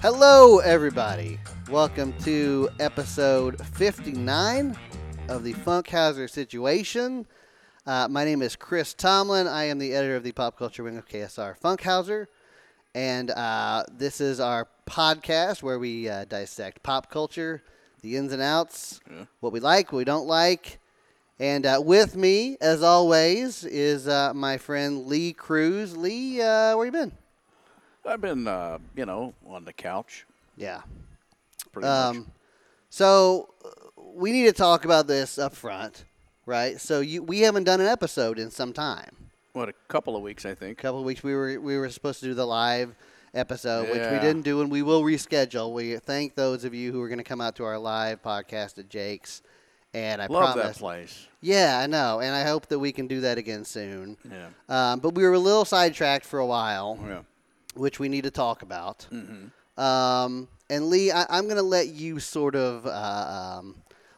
Hello, everybody. Welcome to episode 59 of the Funkhauser Situation. Uh, my name is Chris Tomlin. I am the editor of the pop culture wing of KSR Funkhauser. And uh, this is our podcast where we uh, dissect pop culture, the ins and outs, what we like, what we don't like. And uh, with me, as always, is uh, my friend Lee Cruz. Lee, uh, where you been? I've been, uh, you know, on the couch Yeah. pretty much. Um, so uh, we need to talk about this up front, right? So you, we haven't done an episode in some time. What a couple of weeks, I think. A couple of weeks we were we were supposed to do the live episode, which we Yeah. didn't do, and we will reschedule. We thank those of you who are going to come out to our live podcast at Jake's, and I Love that promise, place. yeah, I know, and I hope that we can do that again soon. Yeah. Um, but we were a little sidetracked for a while Yeah. which we need to talk about. Um, and Lee, I, I'm going to let you sort of uh, um,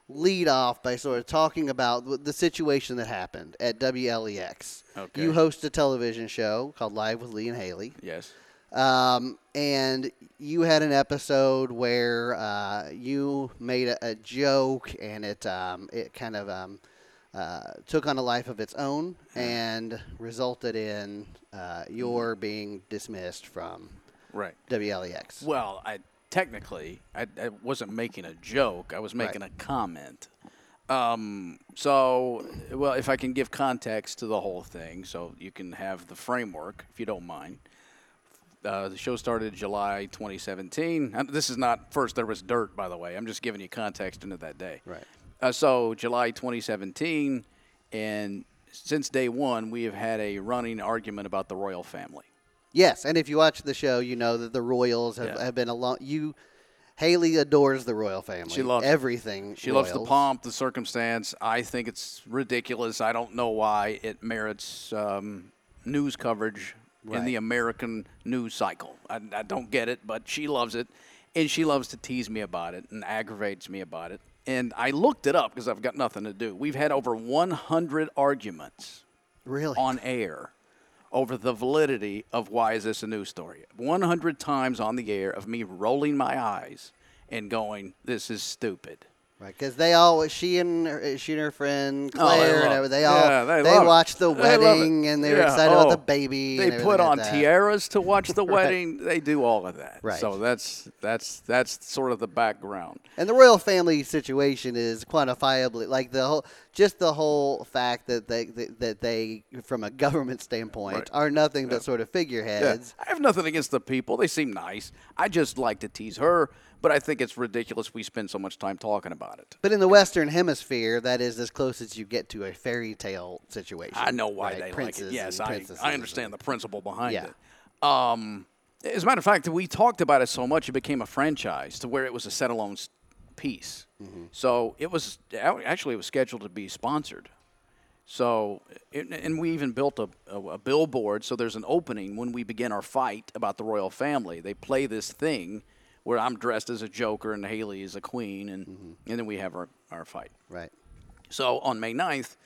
lead off by sort of talking about w- the situation that happened at WLEX. Okay. You host a television show called Live with Lee and Haley, Yes. um, and you had an episode where uh, you made a, a joke, and it um, it kind of um, uh, took on a life of its own, Hmm. and resulted in uh, your being dismissed from E Right. WLEX. Well, I technically I, I wasn't making a joke. I was making a comment. Um, so, well, if I can give context to the whole thing, so you can have the framework, if you don't mind. Uh, the show started July 2017. And This is not first there was dirt, by the way. I'm just giving you context into that day. Right. Uh, so July 2017, and since day one, we have had a running argument about the royal family. Yes, and if you watch the show, you know that the Royals have, Yeah. have been a long. You, Haley adores the royal family. She loves it. everything. She loves the royals. pomp, the circumstance. I think it's ridiculous. I don't know why it merits um, news coverage in the Right. American news cycle. I, I don't get it, but she loves it, and she loves to tease me about it and aggravates me about it. And I looked it up because I've got nothing to do. We've had over 100 arguments Really? on air over the validity of why is this a news story 100 times on the air of me rolling my eyes and going this is stupid Right, because they all she and her, she and her friend Oh, they Claire, love- and everything, they all yeah, they, love it. watched the They love it. wedding and they were Yeah, excited oh, about the baby. and They everything put like on that. tiaras to watch the wedding. They do all of that. Right. So that's that's that's sort of the background. And the royal family situation is quantifiably like the whole, just the whole fact that they that they, from a government standpoint, Right. are nothing but sort of Yeah. figureheads. I have nothing against the people. They seem nice. I just like to tease her, but I think it's ridiculous we spend so much time talking about it. But in the Western Hemisphere, that is as close as you get to a fairy tale situation. I know why right? they Princes like it. Yes, and I, princesses I and- understand the principle behind Yeah. it. Um, as a matter of fact, we talked about it so much it became a franchise to where it was a set alone s- piece. Mm-hmm. So it was actually it was scheduled to be sponsored. So and- and we even built a, a, a billboard so there's an opening when we begin our fight about the royal family. They play this thing where I'm dressed as a joker and Haley is a queen and Mm-hmm. and then we have our, our fight. Right. So on May 9th,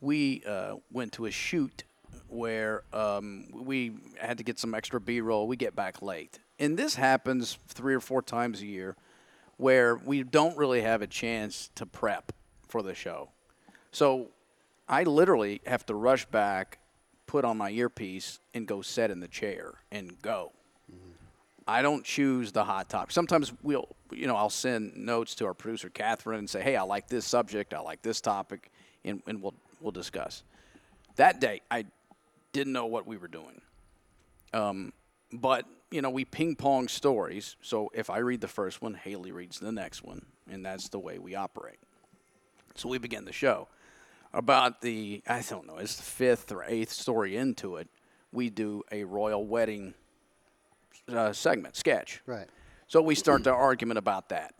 we uh, went to a shoot where um, we had to get some extra B roll. We get back late. And this happens three or four times a year where we don't really have a chance to prep for the show. So I literally have to rush back, put on my earpiece, and go set in the chair and go. I don't choose the hot topic. Sometimes we'll, you know, I'll send notes to our producer Catherine and say, "Hey, I like this subject. I like this topic," and, and we'll we'll discuss. That day, I didn't know what we were doing, um, but you know, we ping pong stories. So if I read the first one, Haley reads the next one, and that's the way we operate. So we begin the show. About the, I don't know, it's the fifth or eighth story into it, we do a royal wedding uh, segment, sketch. Right. So we start the argument about that.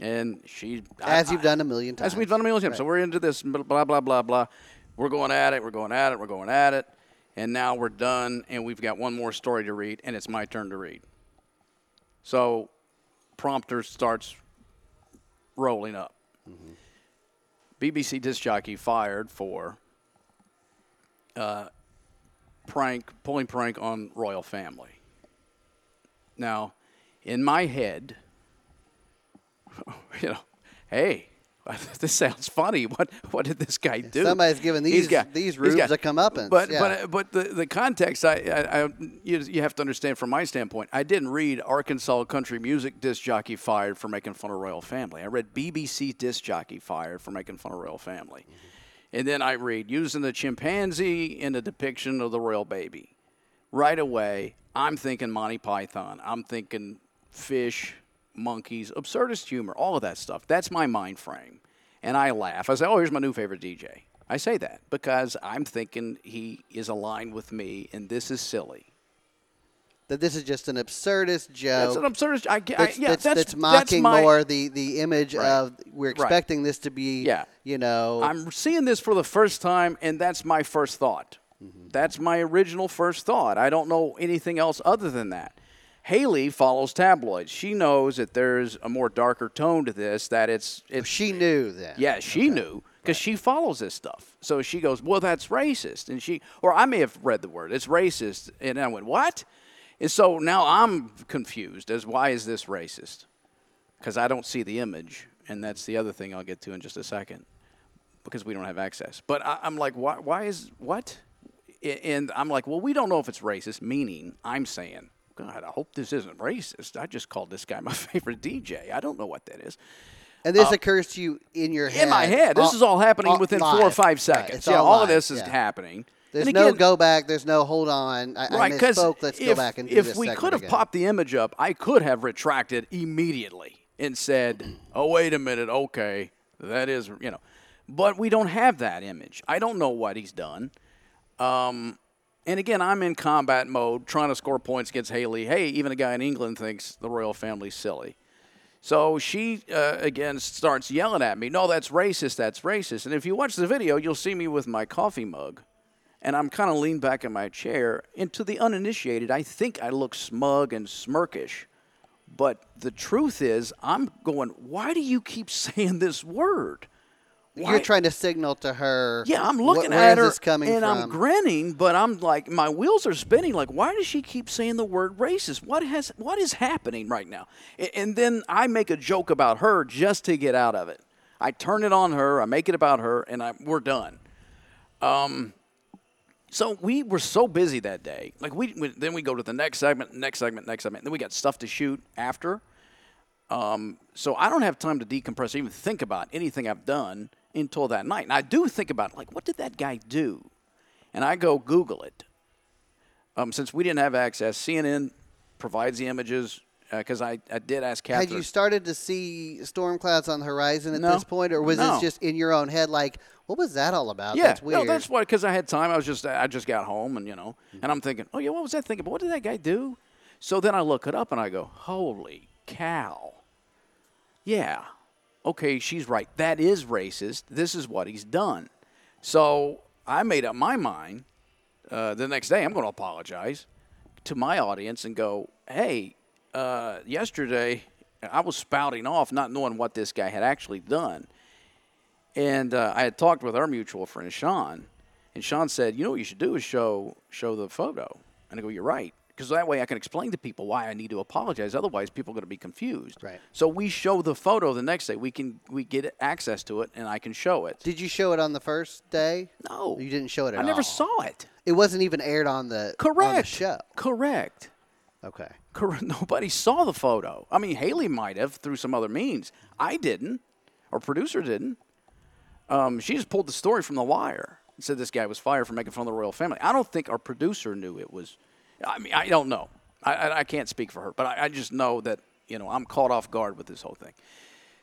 And she. I- As you've done a million times. as we've done a million times. So we're into this blah blah blah blah. We're going at it. We're going at it. We're going at it. and now we're done, and we've got one more story to read, and it's my turn to read. So, prompter starts rolling up. BBC disc jockey fired for uh, prank, pulling prank on royal family. Now, in my head, you know, hey, this sounds funny. What what did this guy do? somebody's giving He's these- got- these he's rubes got- a comeuppance, But yeah. but but the the context I, I, I you, you have to understand from my standpoint. I didn't read Arkansas country music disc jockey fired for making fun of royal family. I read BBC disc jockey fired for making fun of royal family, Mm-hmm. and then I read using the chimpanzee in a depiction of the royal baby. Right away, I'm thinking Monty Python. I'm thinking fish, monkeys, absurdist humor, all of that stuff. That's my mind frame, and I laugh. I say, "Oh, here's my new favorite DJ." I say that because I'm thinking he is aligned with me, and this is silly. That this is just an absurdist joke. That's an absurdist. I, get- I- that's, yeah, that's, that's, that's mocking my- more the, the image Right. of we're expecting this to be, Yeah. you know, I'm seeing this for the first time, and that's my first thought. That's my original first thought. I don't know anything else other than that. Haley follows tabloids. She knows that there's a more darker tone to this. That it's it's she knew that. yeah she knew because she follows this stuff. So she goes, well, that's racist, and she or I may have read the word it's racist, and I went what, and so now I'm confused as why is this racist? Because I don't see the image, and that's the other thing I'll get to in just a second because we don't have access. But I, I'm like, why, why is what? A- And I'm like, well, we don't know if it's racist. Meaning, I'm saying, God, I hope this isn't racist. I just called this guy my favorite DJ. I don't know what that is. And this occurs to you in your head. Uh, In my head, this all- is all happening all- within four or live. five Right, seconds. it's yeah, all of live, this is yeah. happening. There's and no again, go back. There's no hold on. I, right? I Because misspoke. Let's if, go back and do if this we segment could have again. popped the image up, I could have retracted immediately and said, "Oh, wait a minute. Okay, that is you know." But we don't have that image. I don't know what he's done. Um, And again, I'm in combat mode, trying to score points against Haley. Hey, even a guy in England thinks the royal family's silly. So she uh, again starts yelling at me. No, that's racist. That's racist. And if you watch the video, you'll see me with my coffee mug, and I'm kind of leaned back in my chair. And to the uninitiated, I think I look smug and smirkish. But the truth is, I'm going. Why do you keep saying this word? You're trying to signal to her. Yeah, I'm wh- looking where at is her this coming and from? I'm grinning, but I'm like my wheels are spinning. Like, why does she keep saying the word racist? What has what is happening right now? And, and then I make a joke about her just to get out of it. I turn it on her. I make it about her, and I, we're done. Um, So we were so busy that day. Like we, we then we go to the next segment, next segment, next segment. Then we got stuff to shoot after. Um, so I don't have time to decompress, even think about anything I've done until that night. And I do think about like, what did that guy do? And I go Google it. Um, since we didn't have access, CNN provides the images because I, I did ask Catherine. Had you started to see storm clouds on the horizon at No. this point, or was No. this just in your own head? Like, what was that all about? Yeah, that's weird. no, that's why because I had time. I was just I just got home and you know, and I'm thinking, oh yeah, what was I thinking? What did that guy do? So then I look it up and I go, holy cow! Yeah, okay, she's right. That is racist. This is what he's done. So I made up my mind. Uh, the next day, I'm going to apologize to my audience and go, hey, uh, yesterday I was spouting off, not knowing what this guy had actually done. And uh, I had talked with our mutual friend Sean, and Sean said, "You know what you should do is show show the photo." And I go, "You're right, because that way I can explain to people why I need to apologize. Otherwise, people are going to be confused." Right. So we show the photo the next day. We can we get access to it, and I can show it. Did you show it on the first day? No, you didn't show it at I never all. saw it. It wasn't even aired on the Correct. on the show. Correct. Okay. Correct. Nobody saw the photo. I mean, Haley might have through some other means. I didn't, or producer didn't. Um, she just pulled the story from the wire and said this guy was fired for making fun of the royal family. I don't think our producer knew it was. I mean, I don't know. I, I, I can't speak for her, but I, I just know that you know I'm caught off guard with this whole thing.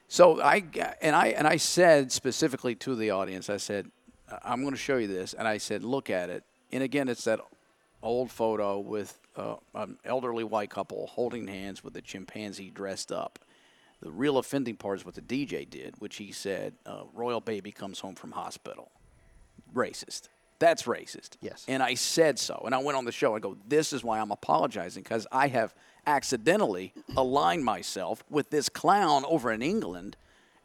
So I g- and I and I said specifically to the audience, I said, "I- "I'm going to show you this," and I said, "Look at it." And again, it's that old photo with uh, an elderly white couple holding hands with a chimpanzee dressed up. The real offending part is what the DJ did, which he said, uh, "Royal baby comes home from hospital." Racist. That's racist. Yes. And I said so. And I went on the show. I go, this is why I'm apologizing because I have accidentally aligned myself with this clown over in England.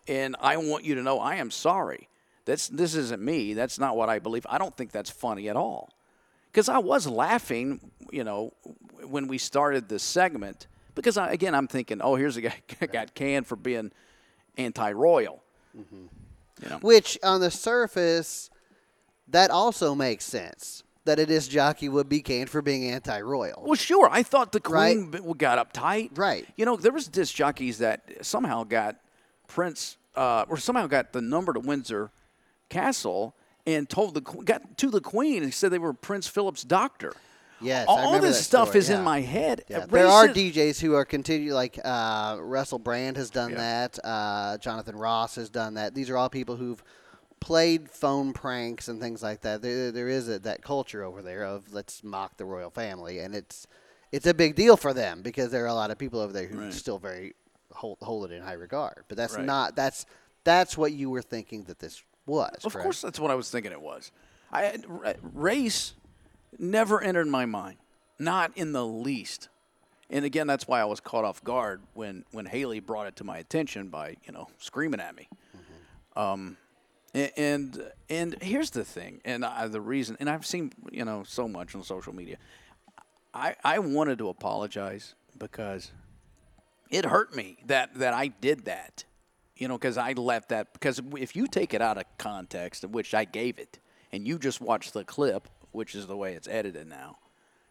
And I want you to know I am sorry. That's, this isn't me. That's not what I believe. I don't think that's funny at all. Because I was laughing, you know, w- when we started this segment. Because I, again, I'm thinking, oh, here's a guy got canned for being anti royal. Which, on the surface, that also makes sense that a disc jockey would be canned for being anti-royal. Well, sure. I thought the Right. Queen b got uptight. Right. You know, there was disc jockeys that somehow got Prince, uh, or somehow got the number to Windsor Castle, and told the que- got to the Queen and said they were Prince Philip's doctor. Yes, I all, all remember this that stuff story, is yeah. in my head. Yeah, Uh, there are racist- DJs who are continue like uh, Russell Brand has done Yeah. that. Uh, Jonathan Ross has done that. These are all people who've played phone pranks and things like that. There, there is a, that culture over there of let's mock the royal family, and it's it's a big deal for them because there are a lot of people over there who still very hold, hold it in high regard. But that's Right. not that's that's what you were thinking that this was. Of correct? course, that's what I was thinking it was. I had- ra- race never entered my mind, not in the least. And again, that's why I was caught off guard when when Haley brought it to my attention by you know screaming at me. Um, a- and and here's the thing, and I, the reason, and I've seen you know so much on social media. I I wanted to apologize because it hurt me that that I did that. You know, because I left that because if you take it out of context, of which I gave it, and you just watch the clip, which is the way it's edited now,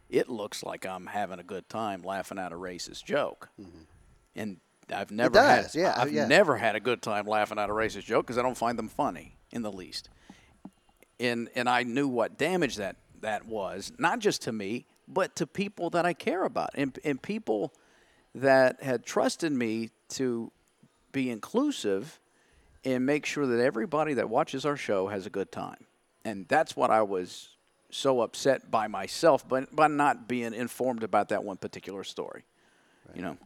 it looks like I'm having a good time laughing at a racist joke, and I've never Mm-hmm. does, had yeah, I've yeah. never had a good time laughing at a racist joke because I don't find them funny in the least and and I knew what damage that that was, not just to me, but to people that I care about, and and people that had trusted me to be inclusive and make sure that everybody that watches our show has a good time, and that's what I was so upset by myself, but by not being informed about that one particular story, you know.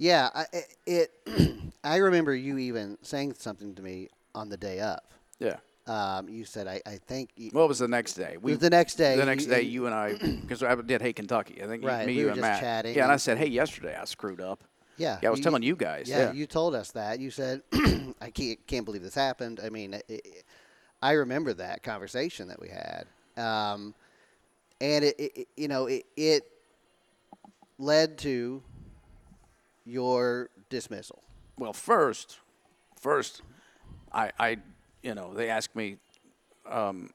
Yeah, I, i- it. I remember you even saying something to me on the day up. Yeah. Um, you said, "I, I think." You, Well, it was the next day. We, was the next day. The next You- day, you and I, because I did Hey Kentucky. I think you- Right, me, we you, were and just Matt. chatting Yeah, and I and- said, hey, yesterday I screwed up. yeah, Yeah, I was telling you guys. Yeah, Yeah, you told us that. You said, "I can't can't believe this happened." I mean, i i I remember that conversation that we had, um, and it, it it- you know it, it led to your dismissal. Well, first, first, I, I, you know, they asked me. Um,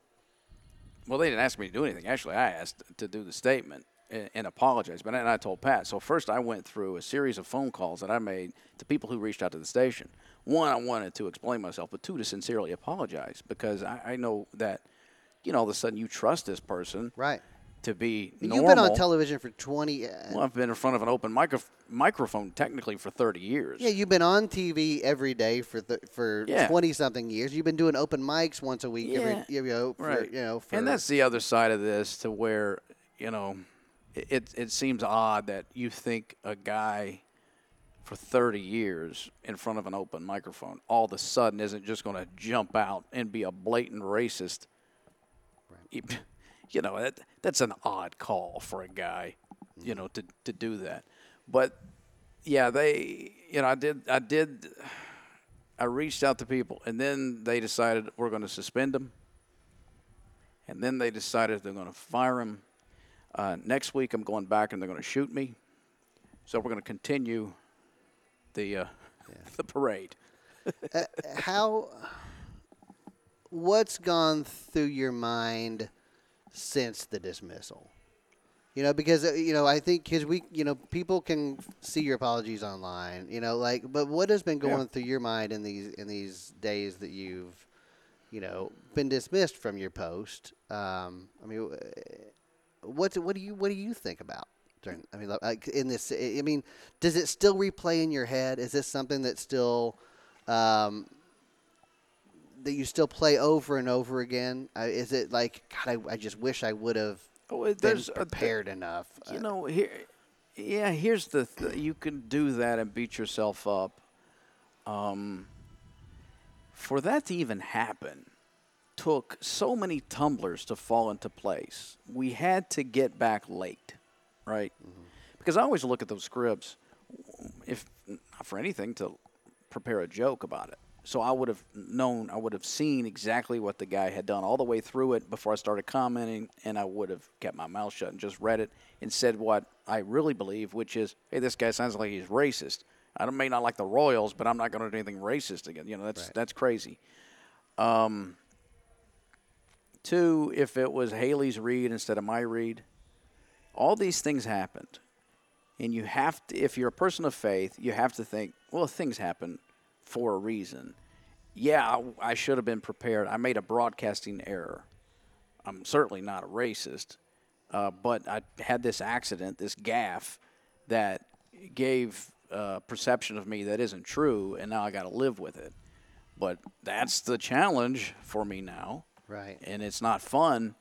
well, they didn't ask me to do anything. Actually, I asked to do the statement and, and apologize. But and I told Pat. So first, I went through a series of phone calls that I made to people who reached out to the station. One, I wanted to explain myself, but two, to sincerely apologize because I, I know that, you know, all of a sudden you trust this person Right. to be You've been on normal. television for twenty. Uh, Well, I've been in front of an open micro- microphone technically for 30 years. Yeah, you've been on TV every day for th- for Yeah. twenty something years. You've been doing open mics once a week Yeah. every you know, for, you know for and that's the other side of this, to where you know, it, it it seems odd that you think a guy for 30 years in front of an open microphone all of a sudden isn't just going to jump out and be a blatant racist. You- You know that that's an odd call for a guy, Mm-hmm. you know, to to do that. But yeah, they, you know, I did I did. I reached out to people, and then they decided we're going to suspend them and then they decided they're going to fire him. Uh, next week, I'm going back and they're going to shoot me. So we're going to continue the uh, the parade. how what's gone through your mind since the dismissal you know because uh, you know i think because we you know people can see your apologies online you know like but what has been going through your mind in these in these days that you've you know been dismissed from your post um i mean uh, what's what do you what do you think about during i mean like in this i mean does it still replay in your head is this something that still um that you still play over and over again? I is it like God? I, I just wish I would have Oh, it- been there's a- prepared enough. You Uh, know, here, yeah. Here's the th- you can do that and beat yourself up. Um, for that to even happen, took so many tumblers to fall into place. We had to get back late, right? Because I always look at those scripts, if not for anything, to prepare a joke about it. So I would have known, I would have seen exactly what the guy had done all the way through it before I started commenting, and I would have kept my mouth shut and just read it and said what I really believe, which is, hey, this guy sounds like he's racist. I don't- may not like the Royals, but I'm not going to do anything racist again. You know, that's Right. that's crazy. Um, Two, if it was Haley's read instead of my read, all these things happened. And you have to, if you're a person of faith, you have to think, well, things happen for a reason. Yeah, I, I should have been prepared. I made a broadcasting error. I'm certainly not a racist, uh, but I had this accident, this gaffe that gave uh, perception of me that isn't true, and now I got to live with it. But that's the challenge for me now Right. and it's not fun.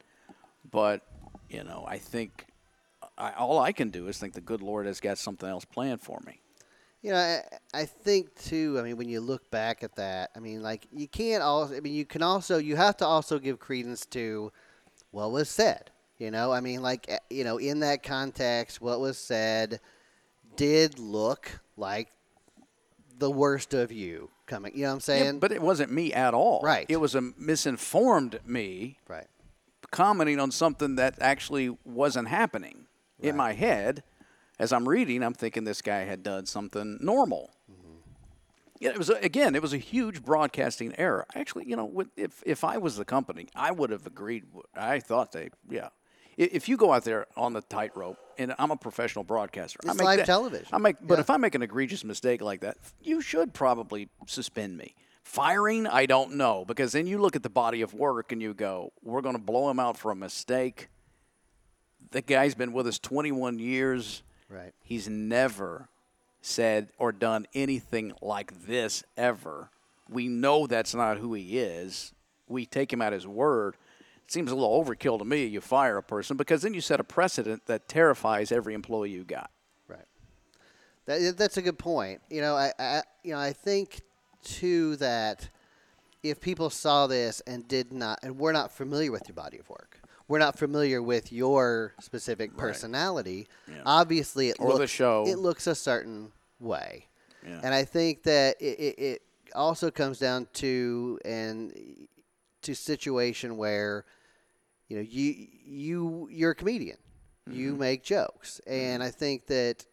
But you know, I think I, all I can do is think the good Lord has got something else planned for me. You know, I, I think too. I mean, when you look back at that, I mean, like you can't also. I mean, you can also. You have to also give credence to what was said. You know, I mean, like eh, you know, in that context, what was said did look like the worst of you coming. You know what I'm Yeah, saying? but it wasn't me at all. Right. It was a misinformed me right. commenting on something that actually wasn't happening in my head. As I'm reading, I'm thinking this guy had done something normal. Yeah, it was a, again. It was a huge broadcasting error. Actually, you know, with- if if I was the company, I would have agreed. w- I thought they, yeah. I- If you go out there on the tightrope, and I'm a professional broadcaster, I It's make live that- television. I make, but Yeah. if I make an egregious mistake like that, you should probably suspend me. Firing, I don't know, because then you look at the body of work and you go, "We're going to blow him out for a mistake." The guy's been with us 21 years. Right. He's never said or done anything like this ever. We know that's not who he is. We take him at his word. It seems a little overkill to me. You fire a person because then you set a precedent that terrifies every employee you got. Right. That, that's a good point. You know, I, I you know I think too that if people saw this and did not and we're not familiar with your body of work, we're not familiar with your specific personality. Obviously, it Or the looks, show. It looks a certain way, Yeah. and I think that it, it, it also comes down to and to situation where you know you you you're a comedian you make jokes and i think that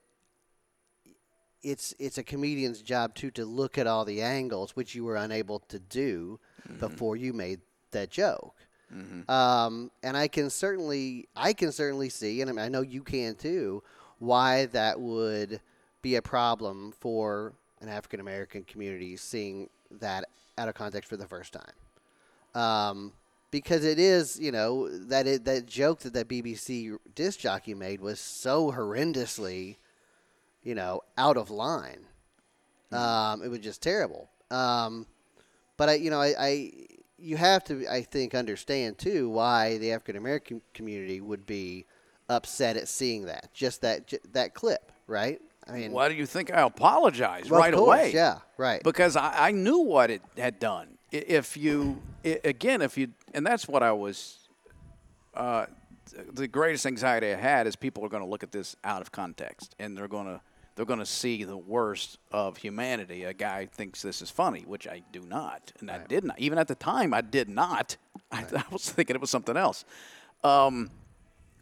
it's it's a comedian's job too to look at all the angles which you were unable to do before you made that joke um, and i can certainly i can certainly see and I, mean, I know you can too why that would be a problem for an african american community seeing that out of context for the first time um, because it is you know that it, that joke that that BBC disc jockey made was so horrendously, you know, out of line. Mm-hmm. Um, it was just terrible. Um, but I, you know, I, I you have to I think understand too why the African American community would be upset at seeing that just that ju- that clip, right? I mean, Why do you think I apologize well, of right course, away? yeah, right, because I, I knew what it had done. I- If you, i- again, if you, and that's what I was, uh, th- the greatest anxiety I had is people are going to look at this out of context and they're going to they're going to see the worst of humanity. A guy thinks this is funny, which I do not, and I did not. Even at the time, I did not. I, I was thinking it was something else. Um,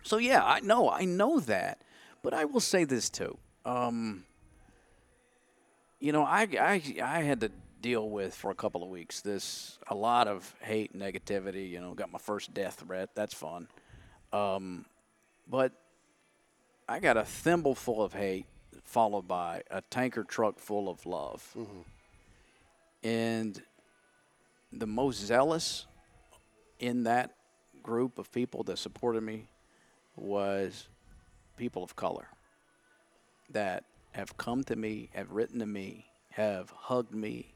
so yeah, I know I know that, but I will say this too you know, I, I, I had to deal with for a couple of weeks this a lot of hate negativity. You know, got my first death threat. That's fun. Um, but I got a thimble full of hate, followed by a tanker truck full of love. And the most zealous in that group of people that supported me was people of color that have come to me, have written to me, have hugged me,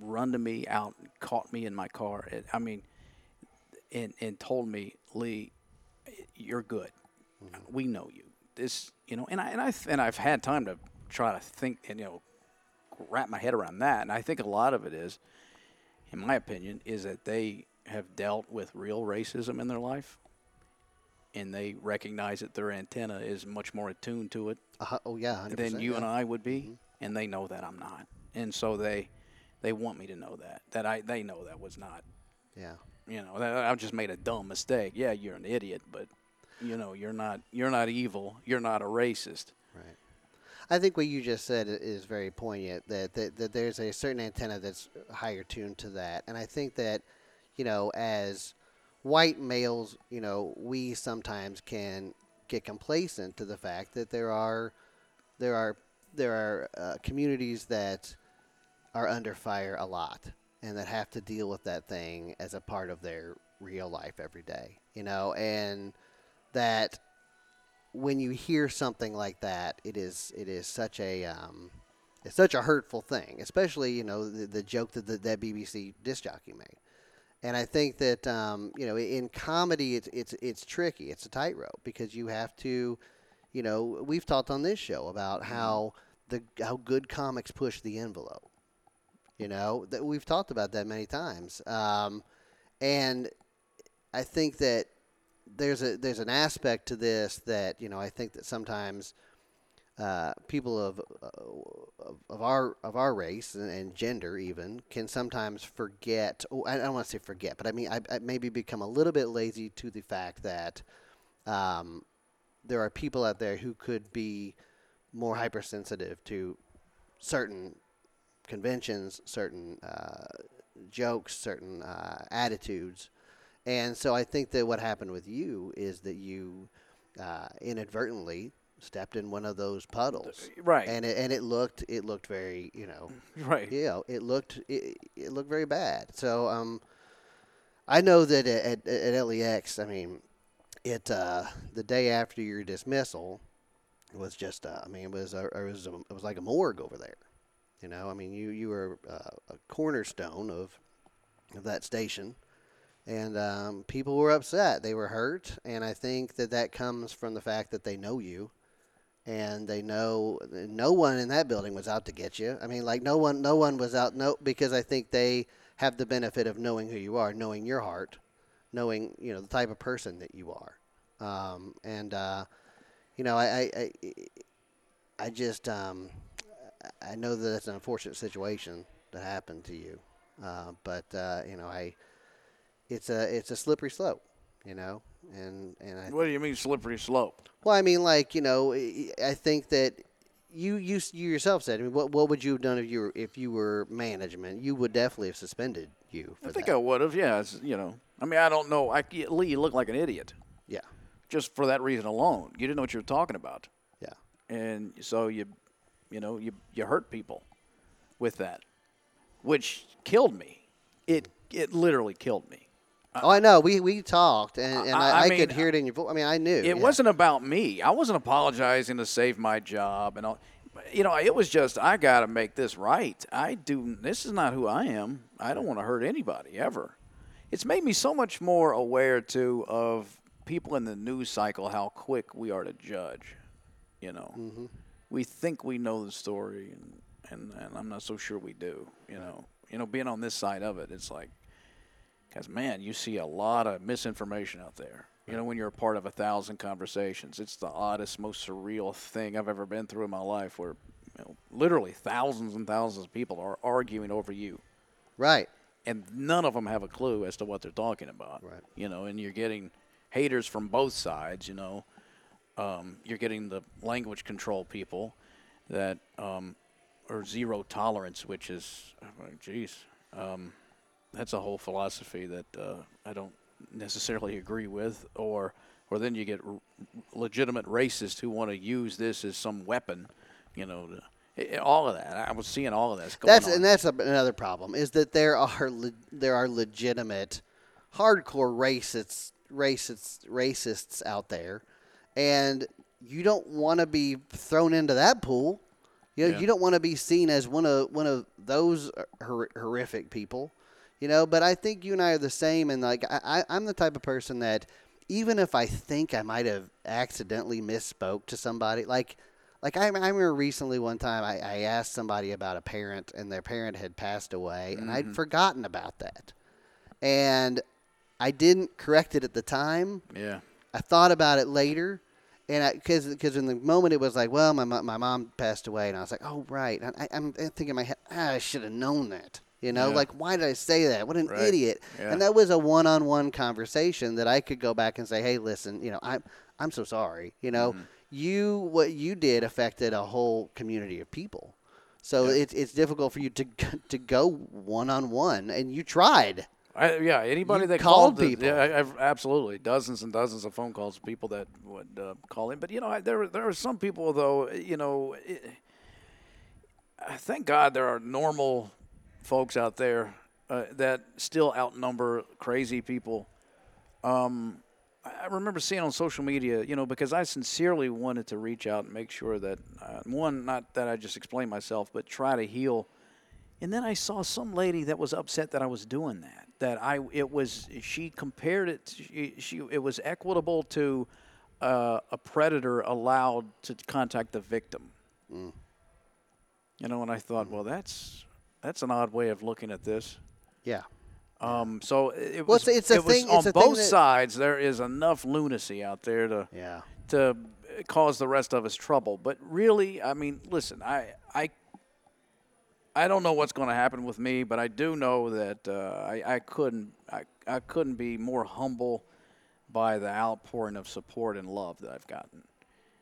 run to me out, and caught me in my car. It, I mean, and and told me, Lee, you're good. We know you. This, you know, and I and I and I've had time to try to think and you know wrap my head around that. And I think a lot of it is, in my opinion, is that they have dealt with real racism in their life, and they recognize that their antenna is much more attuned to it Uh, oh yeah, Mm-hmm. 100%, than you and I would be, and they know that I'm not, and so they they want me to know that that I they know that was not Yeah. you know that I just made a dumb mistake. Yeah, you're an idiot, but you know you're not you're not evil. You're not a racist. Right. I think what you just said i- is very poignant. That, that that there's a certain antenna that's higher tuned to that, and I think that, you know, as white males, you know, we sometimes can get complacent to the fact that there are, there are, there are uh, communities that are under fire a lot and that have to deal with that thing as a part of their real life every day, you know, and that when you hear something like that, it is it is such a um, it's such a hurtful thing, especially you know the, the joke that the, that BBC disc jockey made, and I think that um, you know in comedy it's it's it's tricky, it's a tightrope because you have to, you know, we've talked on this show about how the how good comics push the envelope, you know that we've talked about that many times, um, and I think that there's a there's an aspect to this that you know I think that sometimes uh, people of, of of our of our race and, and gender even can sometimes forget. Oh, I I don't want to say forget, but I mean I, I maybe become a little bit lazy to the fact that um, there are people out there who could be more hypersensitive to certain conventions, certain uh, jokes, certain uh, attitudes. And so I think that what happened with you is that you uh, inadvertently stepped in one of those puddles, Right. And it, and it looked it looked very you know Right. you know it looked it, it looked very bad. So um, I know that at, at, at LEX, I mean, it uh, the day after your dismissal was just uh, I mean it was a, it was a, it was like a morgue over there. You know, I mean you you were uh, a cornerstone of of that station, and um, people were upset. They were hurt, and I think that that comes from the fact that they know you. And they know no one in that building was out to get you. I mean, like no one, no one was out. No, because I think they have the benefit of knowing who you are, knowing your heart, knowing you know the type of person that you are. Um, and uh, you know, I, I, I, I just, um, I I know that that's an unfortunate situation that happened to you, uh, but uh, you know, I, it's a, it's a slippery slope, you know, and and I What do you mean slippery slope? well, I mean, like you know, I I think that you you you yourself said. I mean, what what would you have done if you were if you were management? You would definitely have suspended you for I think that. I would have. Yeah. It's, you know. I mean, I don't know. I, Lee, you look like an idiot yeah, just for that reason alone. You didn't know what you were talking about, yeah, and so you, you know, you you hurt people with that, which killed me. It it literally killed me. oh, I know. We we talked, and, and I, I- I, I mean, could hear it in your voice. I mean, I knew It yeah. wasn't about me. I wasn't apologizing to save my job and all. You know, it was just I got to make this right. I do. This is not who I am. I don't want to hurt anybody ever. It's made me so much more aware too of people in the news cycle how quick we are to judge. You know, we think we know the story, and, and and I'm not so sure we do. You know, you know, being on this side of it, it's like because man, you see a lot of misinformation out there. You know, when you're a part of a thousand conversations, it's the oddest, most surreal thing I've ever been through in my life. Where you know, literally thousands and thousands of people are arguing over you, right. and none of them have a clue as to what they're talking about. Right. You know, and you're getting haters from both sides. You know, um, you're getting the language control people that um, are zero tolerance, which is, oh, geez, um, that's a whole philosophy that uh, I don't necessarily agree with, or or then you get r- legitimate racists who want to use this as some weapon, you know. To, i- i- all of that. I was seeing all of that. That's and that's a, another problem is that there are le, there are legitimate hardcore racists racists racists out there, and you don't want to be thrown into that pool. You know, Yeah. you don't want to be seen as one of one of those uh, hor- horrific people. You know, but I think you and I are the same, and like I, I, I'm the type of person that even if I think I might have accidentally misspoke to somebody, like like I, I remember recently one time I, I asked somebody about a parent and their parent had passed away and I'd forgotten about that. And I didn't correct it at the time. Yeah. I thought about it later, and because because in the moment it was like, well, my mo- my mom passed away, and I was like, oh right, and I, I'm thinking in my head, ah, I should have known that. You know, Yeah. like why did I say that? What an Right. idiot! Yeah. And that was a one-on-one conversation that I could go back and say, hey, listen, you know, I'm I'm so sorry. You Mm-hmm. know, you what you did affected a whole community of people. So it's it's difficult for you to to go one on one, and you tried. I, yeah, anybody You that called called, the- people. Yeah, I, I've absolutely dozens and dozens of phone calls, people that would uh, call in. But you know, I, there there are some people though. You know, it, I thank God there are normal folks out there uh, that still outnumber crazy people. Um, I I remember seeing on social media, you know, because I sincerely wanted to reach out and make sure that uh, one, not that I just explain myself, but try to heal. And then I saw some lady that was upset that I was doing that. That I it was she compared it. to- She, she it was equitable to uh, a predator allowed to contact the victim. Mm. You know, and I thought, well, that's that's an odd way of looking at this. Yeah. Um, so it Well, was. it's a- it's a it was thing- on it's a thing both that- sides. There is enough lunacy out there to Yeah. to cause the rest of us trouble. But really, I mean, listen, I I I don't know what's going to happen with me, but I do know that uh, I I couldn't I, I couldn't be more humble by the outpouring of support and love that I've gotten.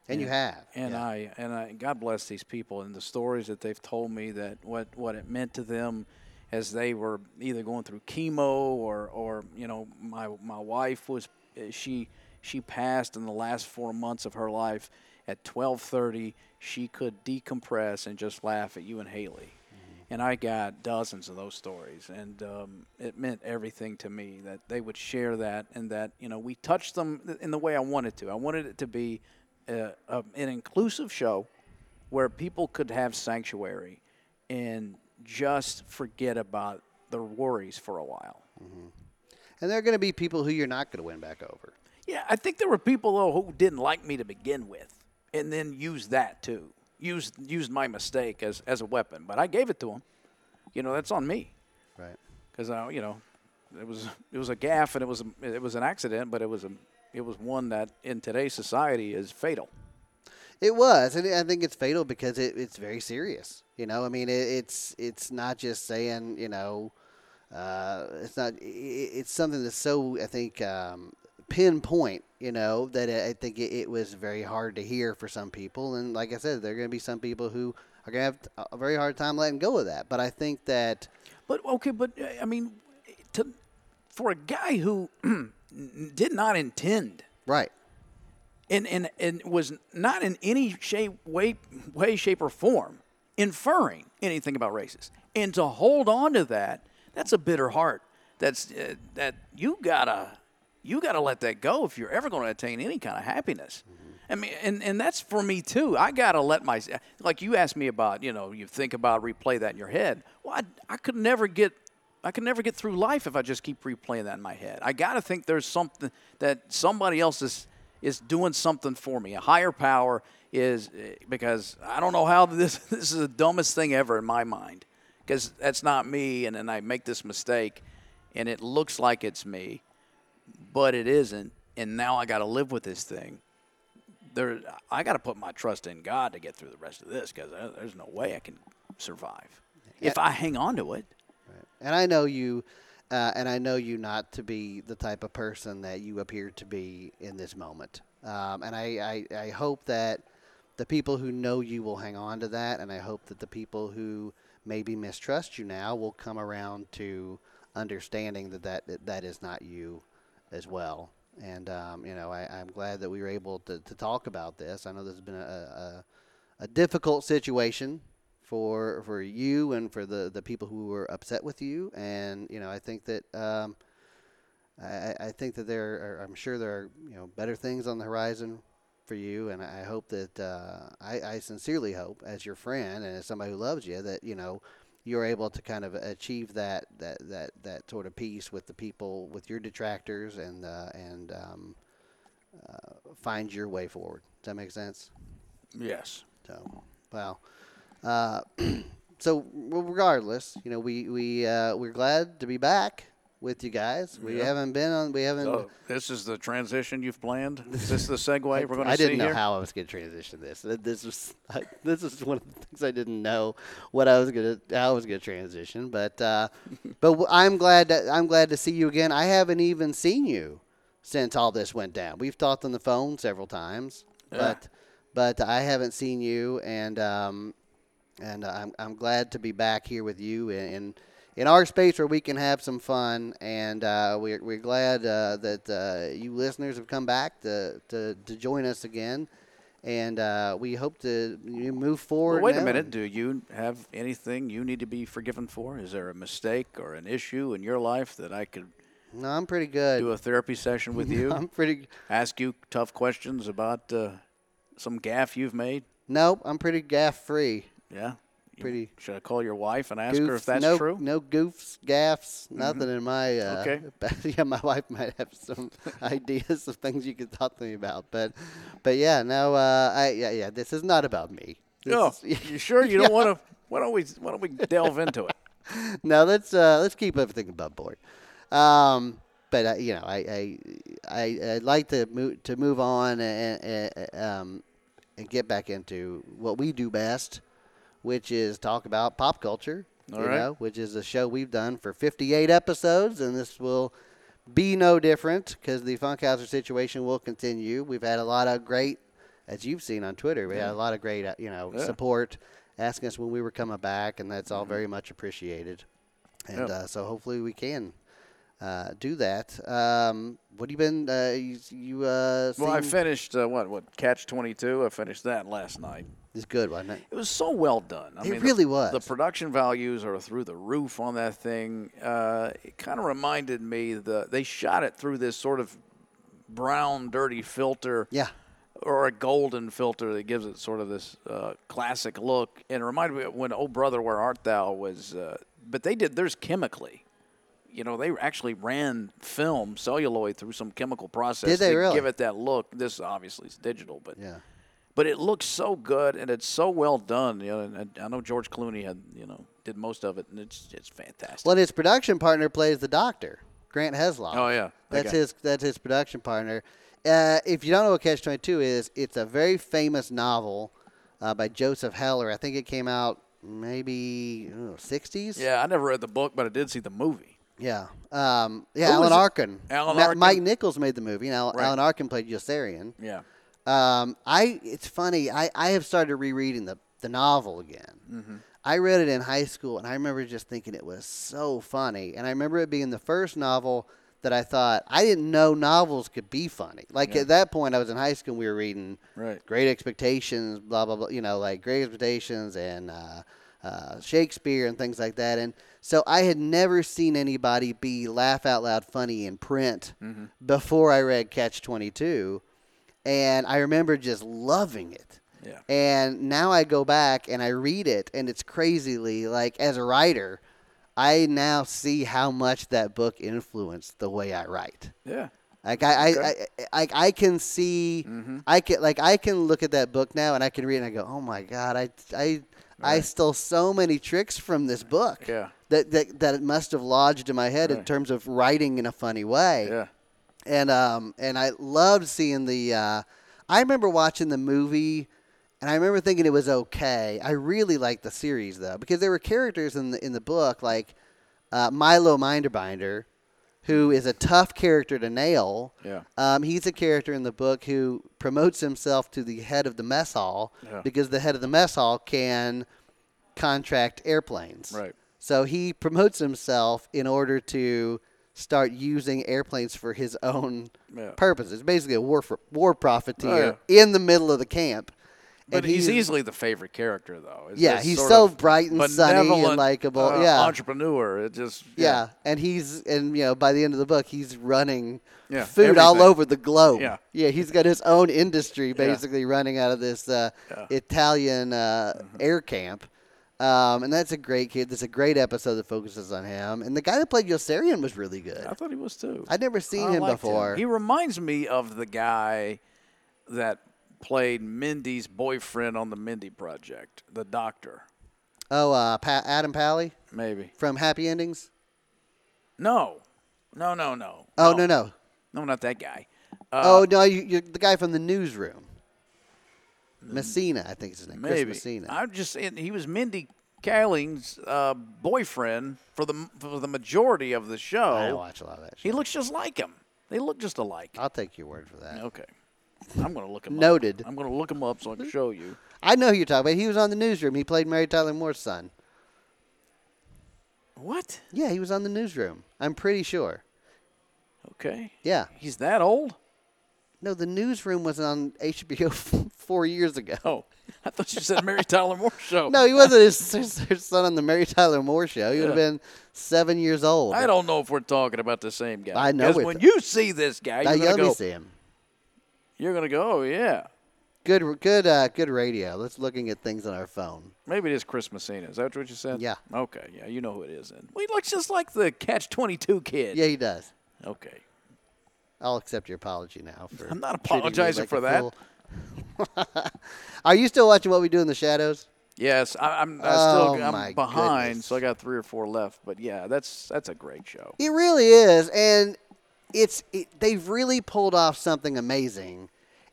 And you have. And yeah. I and I God bless these people and the stories that they've told me that what what it meant to them as they were either going through chemo or or you know my my wife was eh, she she passed in the last 4 months of her life at 12:30 she could decompress and just laugh at you and Haley. And I got dozens of those stories, and um, it meant everything to me that they would share that, and that you know we touched them th- in the way I wanted to. I wanted it to be uh, a, an inclusive show where people could have sanctuary and just forget about their worries for a while. And there are going to be people who you're not going to win back over. Yeah, I think there were people though who didn't like me to begin with, and then used that too. Used used my mistake as as a weapon, but I gave it to them. You know, that's on me. Right. because I, you know, it was it was a gaff and it was a, it was an accident, but it was a it was one that in today's society is fatal. It was, and I think it's fatal because it, it's very serious. You know, I mean, it, it's it's not just saying, you know, uh, it's not. i i- it's something that's so I think um, pinpoint. You know, that I I think it, it was very hard to hear for some people, and like I said, there are going to be some people who are going to have a very hard time letting go of that. But I think that But okay, but uh, I mean, to, for a guy who did not intend right. and, and and was not in any shape, way, way, shape or form inferring anything about races, and to hold on to that, that's a bitter heart. That's uh, that you gotta you gotta let that go if you're ever going to attain any kind of happiness. I mean, and, and that's for me too. I gotta let my like you asked me about. You know, you think about replay that in your head. Well, I, I could never get I can never get through life if I just keep replaying that in my head. I got to think there's something that somebody else is is doing something for me. A higher power is eh, because I don't know how this this is the dumbest thing ever in my mind because that's not me, and then I make this mistake, and it looks like it's me, but it isn't, and now I got to live with this thing. There, I got to put my trust in God to get through the rest of this because there's no way I can survive if I hang on to it. And I know you, uh, and I know you not to be the type of person that you appear to be in this moment. Um, and I, I, I hope that the people who know you will hang on to that, and I hope that the people who maybe mistrust you now will come around to understanding that that, that, that is not you as well. And, um, you know, I, I'm glad that we were able to, to talk about this. I know this has been a, a, a difficult situation for for you and for the, the people who were upset with you. And, you know, I think that um, I, I- I think that there are, I'm sure there are, you know, better things on the horizon for you. And I hope that, uh, I, I sincerely hope as your friend and as somebody who loves you that, you know, you're able to kind of achieve that, that, that, that sort of peace with the people, with your detractors and, uh, and, um, uh, find your way forward. Does that make sense? Yes. So, wow. Uh, so, well, regardless, you know, we we uh, we're glad to be back. with you guys. We haven't been on. We haven't. Oh, this is the transition you've planned. Is this the segue we're going to I see didn't know here? how I was going to transition this. Th- This was I, this was one of the things I didn't know what I was going to how I was going to transition. But uh, but w- I'm glad that I'm glad to see you again. I haven't even seen you since all this went down. We've talked on the phone several times, but but I haven't seen you, and um, and I'm I'm glad to be back here with you in. in in our space where we can have some fun, and uh, we're, we're glad uh, that uh, you listeners have come back to, to, to join us again, and uh, we hope to you move forward. Well, wait a now. minute. Do you have anything you need to be forgiven for? Is there a mistake or an issue in your life that I could No, I'm pretty good. do a therapy session with you? I'm pretty. ask you tough questions about uh, some gaff you've made? Nope, I'm pretty gaff free. Yeah. You- Pretty Should I call your wife and ask her goofs. if that's no, true? Mm-hmm. No goofs, gaffs, nothing in my. Uh, Okay. yeah, my wife might have some ideas of things you could talk to me about, but, but yeah, no, uh, I yeah yeah, this is not about me. This No. is- you sure you don't want to? Why don't we? Why don't we delve into it? no, let's uh, let's keep everything above board. Um, but uh, you know, I I I I'd like to move to move on and, and, um, and get back into what we do best, which is talk about pop culture. All you right. know, which is a show we've done for 58 episodes, and this will be no different because the Funkhauser situation will continue. We've had a lot of great, as you've seen on Twitter, we had a lot of great, uh, you know, support asking us when we were coming back, and that's all very much appreciated. And Mm-hmm. Yeah. uh, so hopefully we can uh, do that. Um, what have you been? Uh, you you uh, Well, I seen- finished uh, what? What? Catch twenty two. I finished that last night. it's good, wasn't it? It was so well done. I It mean, the- really was. The production values are through the roof on that thing. Uh, it kind of reminded me the they shot it through this sort of brown, dirty filter. Yeah. Or a golden filter that gives it sort of this uh, classic look, and it reminded me of when "Oh Brother, Where Art Thou" was. Uh, but they did theirs chemically. You know, they actually ran film celluloid through some chemical process Did they to really? give it that look. This obviously is digital, but Yeah. but it looks so good and it's so well done. You know, and I I know George Clooney had you know did most of it, and it's it's fantastic. Well, and his production partner plays the doctor, Grant Heslop. Oh, yeah. That that's guy. his. That's his production partner. Uh, if you don't know what Catch Twenty Two is, it's a very famous novel uh, by Joseph Heller. I think it came out maybe sixties. Yeah, I never read the book, but I did see the movie. Yeah. Um, yeah. Who was Alan it? Arkin. Alan Ma- Arkin. Mike Nichols made the movie, and Al- Right. Alan Arkin played Yossarian. Yeah, Um, I it's funny. I, I have started rereading the the novel again. I read it in high school, and I remember just thinking it was so funny. And I remember it being the first novel that I thought I didn't know novels could be funny. Like at that point, I was in high school. and We were reading Right. Great Expectations, blah blah blah. You know, like Great Expectations and uh, uh, Shakespeare and things like that. And so I had never seen anybody be laugh out loud funny in print Mm-hmm. before I read Catch Twenty Two and I remember just loving it. Yeah. And now I go back and I read it, and it's crazily like as a writer, I now see how much that book influenced the way I write. yeah. Like I, I, I, I, I can see, Mm-hmm. I can like I can look at that book now and I can read it and I go, oh my god, I, I, I stole so many tricks from this book. Yeah. That that that it must have lodged in my head in terms of writing in a funny way Yeah. and um and I loved seeing the. Uh, I remember watching the movie, and I remember thinking it was okay. I really liked the series though because there were characters in the in the book like uh, Milo Minderbinder, who is a tough character to nail. Hmm. Yeah. Um, he's a character in the book who promotes himself to the head of the mess hall Yeah. because the head of the mess hall can contract airplanes. Right. So he promotes himself in order to start using airplanes for his own Yeah. purposes. Basically, a war for, war profiteer Oh, in the middle of the camp. But And he's, easily the favorite character, though. It's Yeah, this he's sort so of bright and sunny and benevolent, likable. uh, Yeah. entrepreneur. It just yeah. and he's and you know by the end of the book he's running Yeah, food all everything. over the globe. Yeah. yeah, he's got his own industry basically running out of this uh, Italian uh, Mm-hmm. air camp. Um, and that's a great kid. That's a great episode that focuses on him. And the guy that played Yossarian was really good. I thought he was too. I'd never seen I him liked before. He reminds me of the guy that played Mindy's boyfriend on the Mindy Project, the doctor. Oh, uh, pa- Adam Pally Maybe from Happy Endings. no. No, no, no. Uh, Oh no no. No, not that guy. oh no, you, you're the guy from the newsroom. Messina, I think it's his name. Maybe. Chris Messina. Oh, I'm just saying he was Mindy Kaling's uh, boyfriend for the for the majority of the show. I watch a lot of that. He Shit. looks just like him. They look just alike. I'll take your word for that. Okay. I'm gonna look him Uh, Noted. up. I'm gonna look him up so I can show you. I know who you're talking about. He was on the newsroom. He played Mary Tyler Moore's son. What? Yeah, he was on the newsroom. I'm pretty sure. Okay. Yeah. He's that old? No, the newsroom was on HBO f- four years ago. Oh, I thought you said Mary Tyler Moore show. No, he wasn't his, his, his son on the Mary Tyler Moore show. He would have Yeah. been seven years old. I don't know if we're talking about the same guy. I know Because it- when you see this guy, Now, you're yeah, let gonna me go. see him. You're gonna go. Oh yeah. Good, good, uh, good radio. Let's looking at things on our phone. Maybe it is Chris Messina. Is that what you said? Yeah. Okay. Yeah, you know who it is. Then. Well, he looks just like the Catch Twenty Two kid. Yeah, he does. Okay. I'll accept your apology now. For I'm not treating you apologizing like for a that. fool. Are you still watching What We Do in the Shadows? Yes, I, I'm. I Oh, still, I'm my behind, goodness. so I got three or four left. But yeah, that's that's a great show. It really is, and it's it, they've really pulled off something amazing,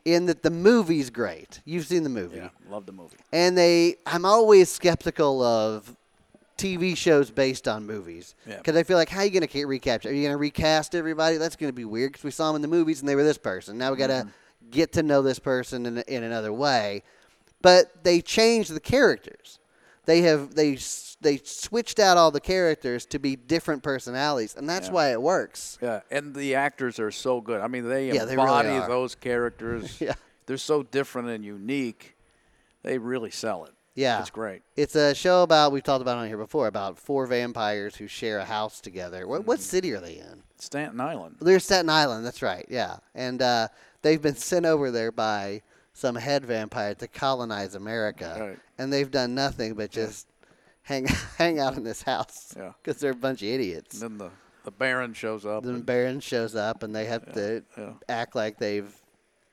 in that the movie's great. You've seen the movie, Yeah, love the movie. and they. I'm always skeptical of TV shows based on movies Yeah. because I feel like how are you going to recapture? Are you going to recast everybody? That's going to be weird because we saw them in the movies and they were this person. Now we got to Mm-hmm. get to know this person in, in another way, but they changed the characters. They have they s- they switched out all the characters to be different personalities, and that's why it works. Yeah, and the actors are so good. I mean, they Yeah, they really embody are. those characters. Yeah. they're so different and unique. They really sell it. Yeah. it's great. It's a show about we've talked about on here before about four vampires who share a house together. What, Mm-hmm. what city are they in? Staten Island. They're Staten Island. That's right. Yeah, and uh, they've been sent over there by some head vampire to colonize America, Right. and they've done nothing but just hang hang out in this house Yeah. because they're a bunch of idiots. And then the the Baron shows up. Then and- Baron shows up, and they have to yeah. act like they've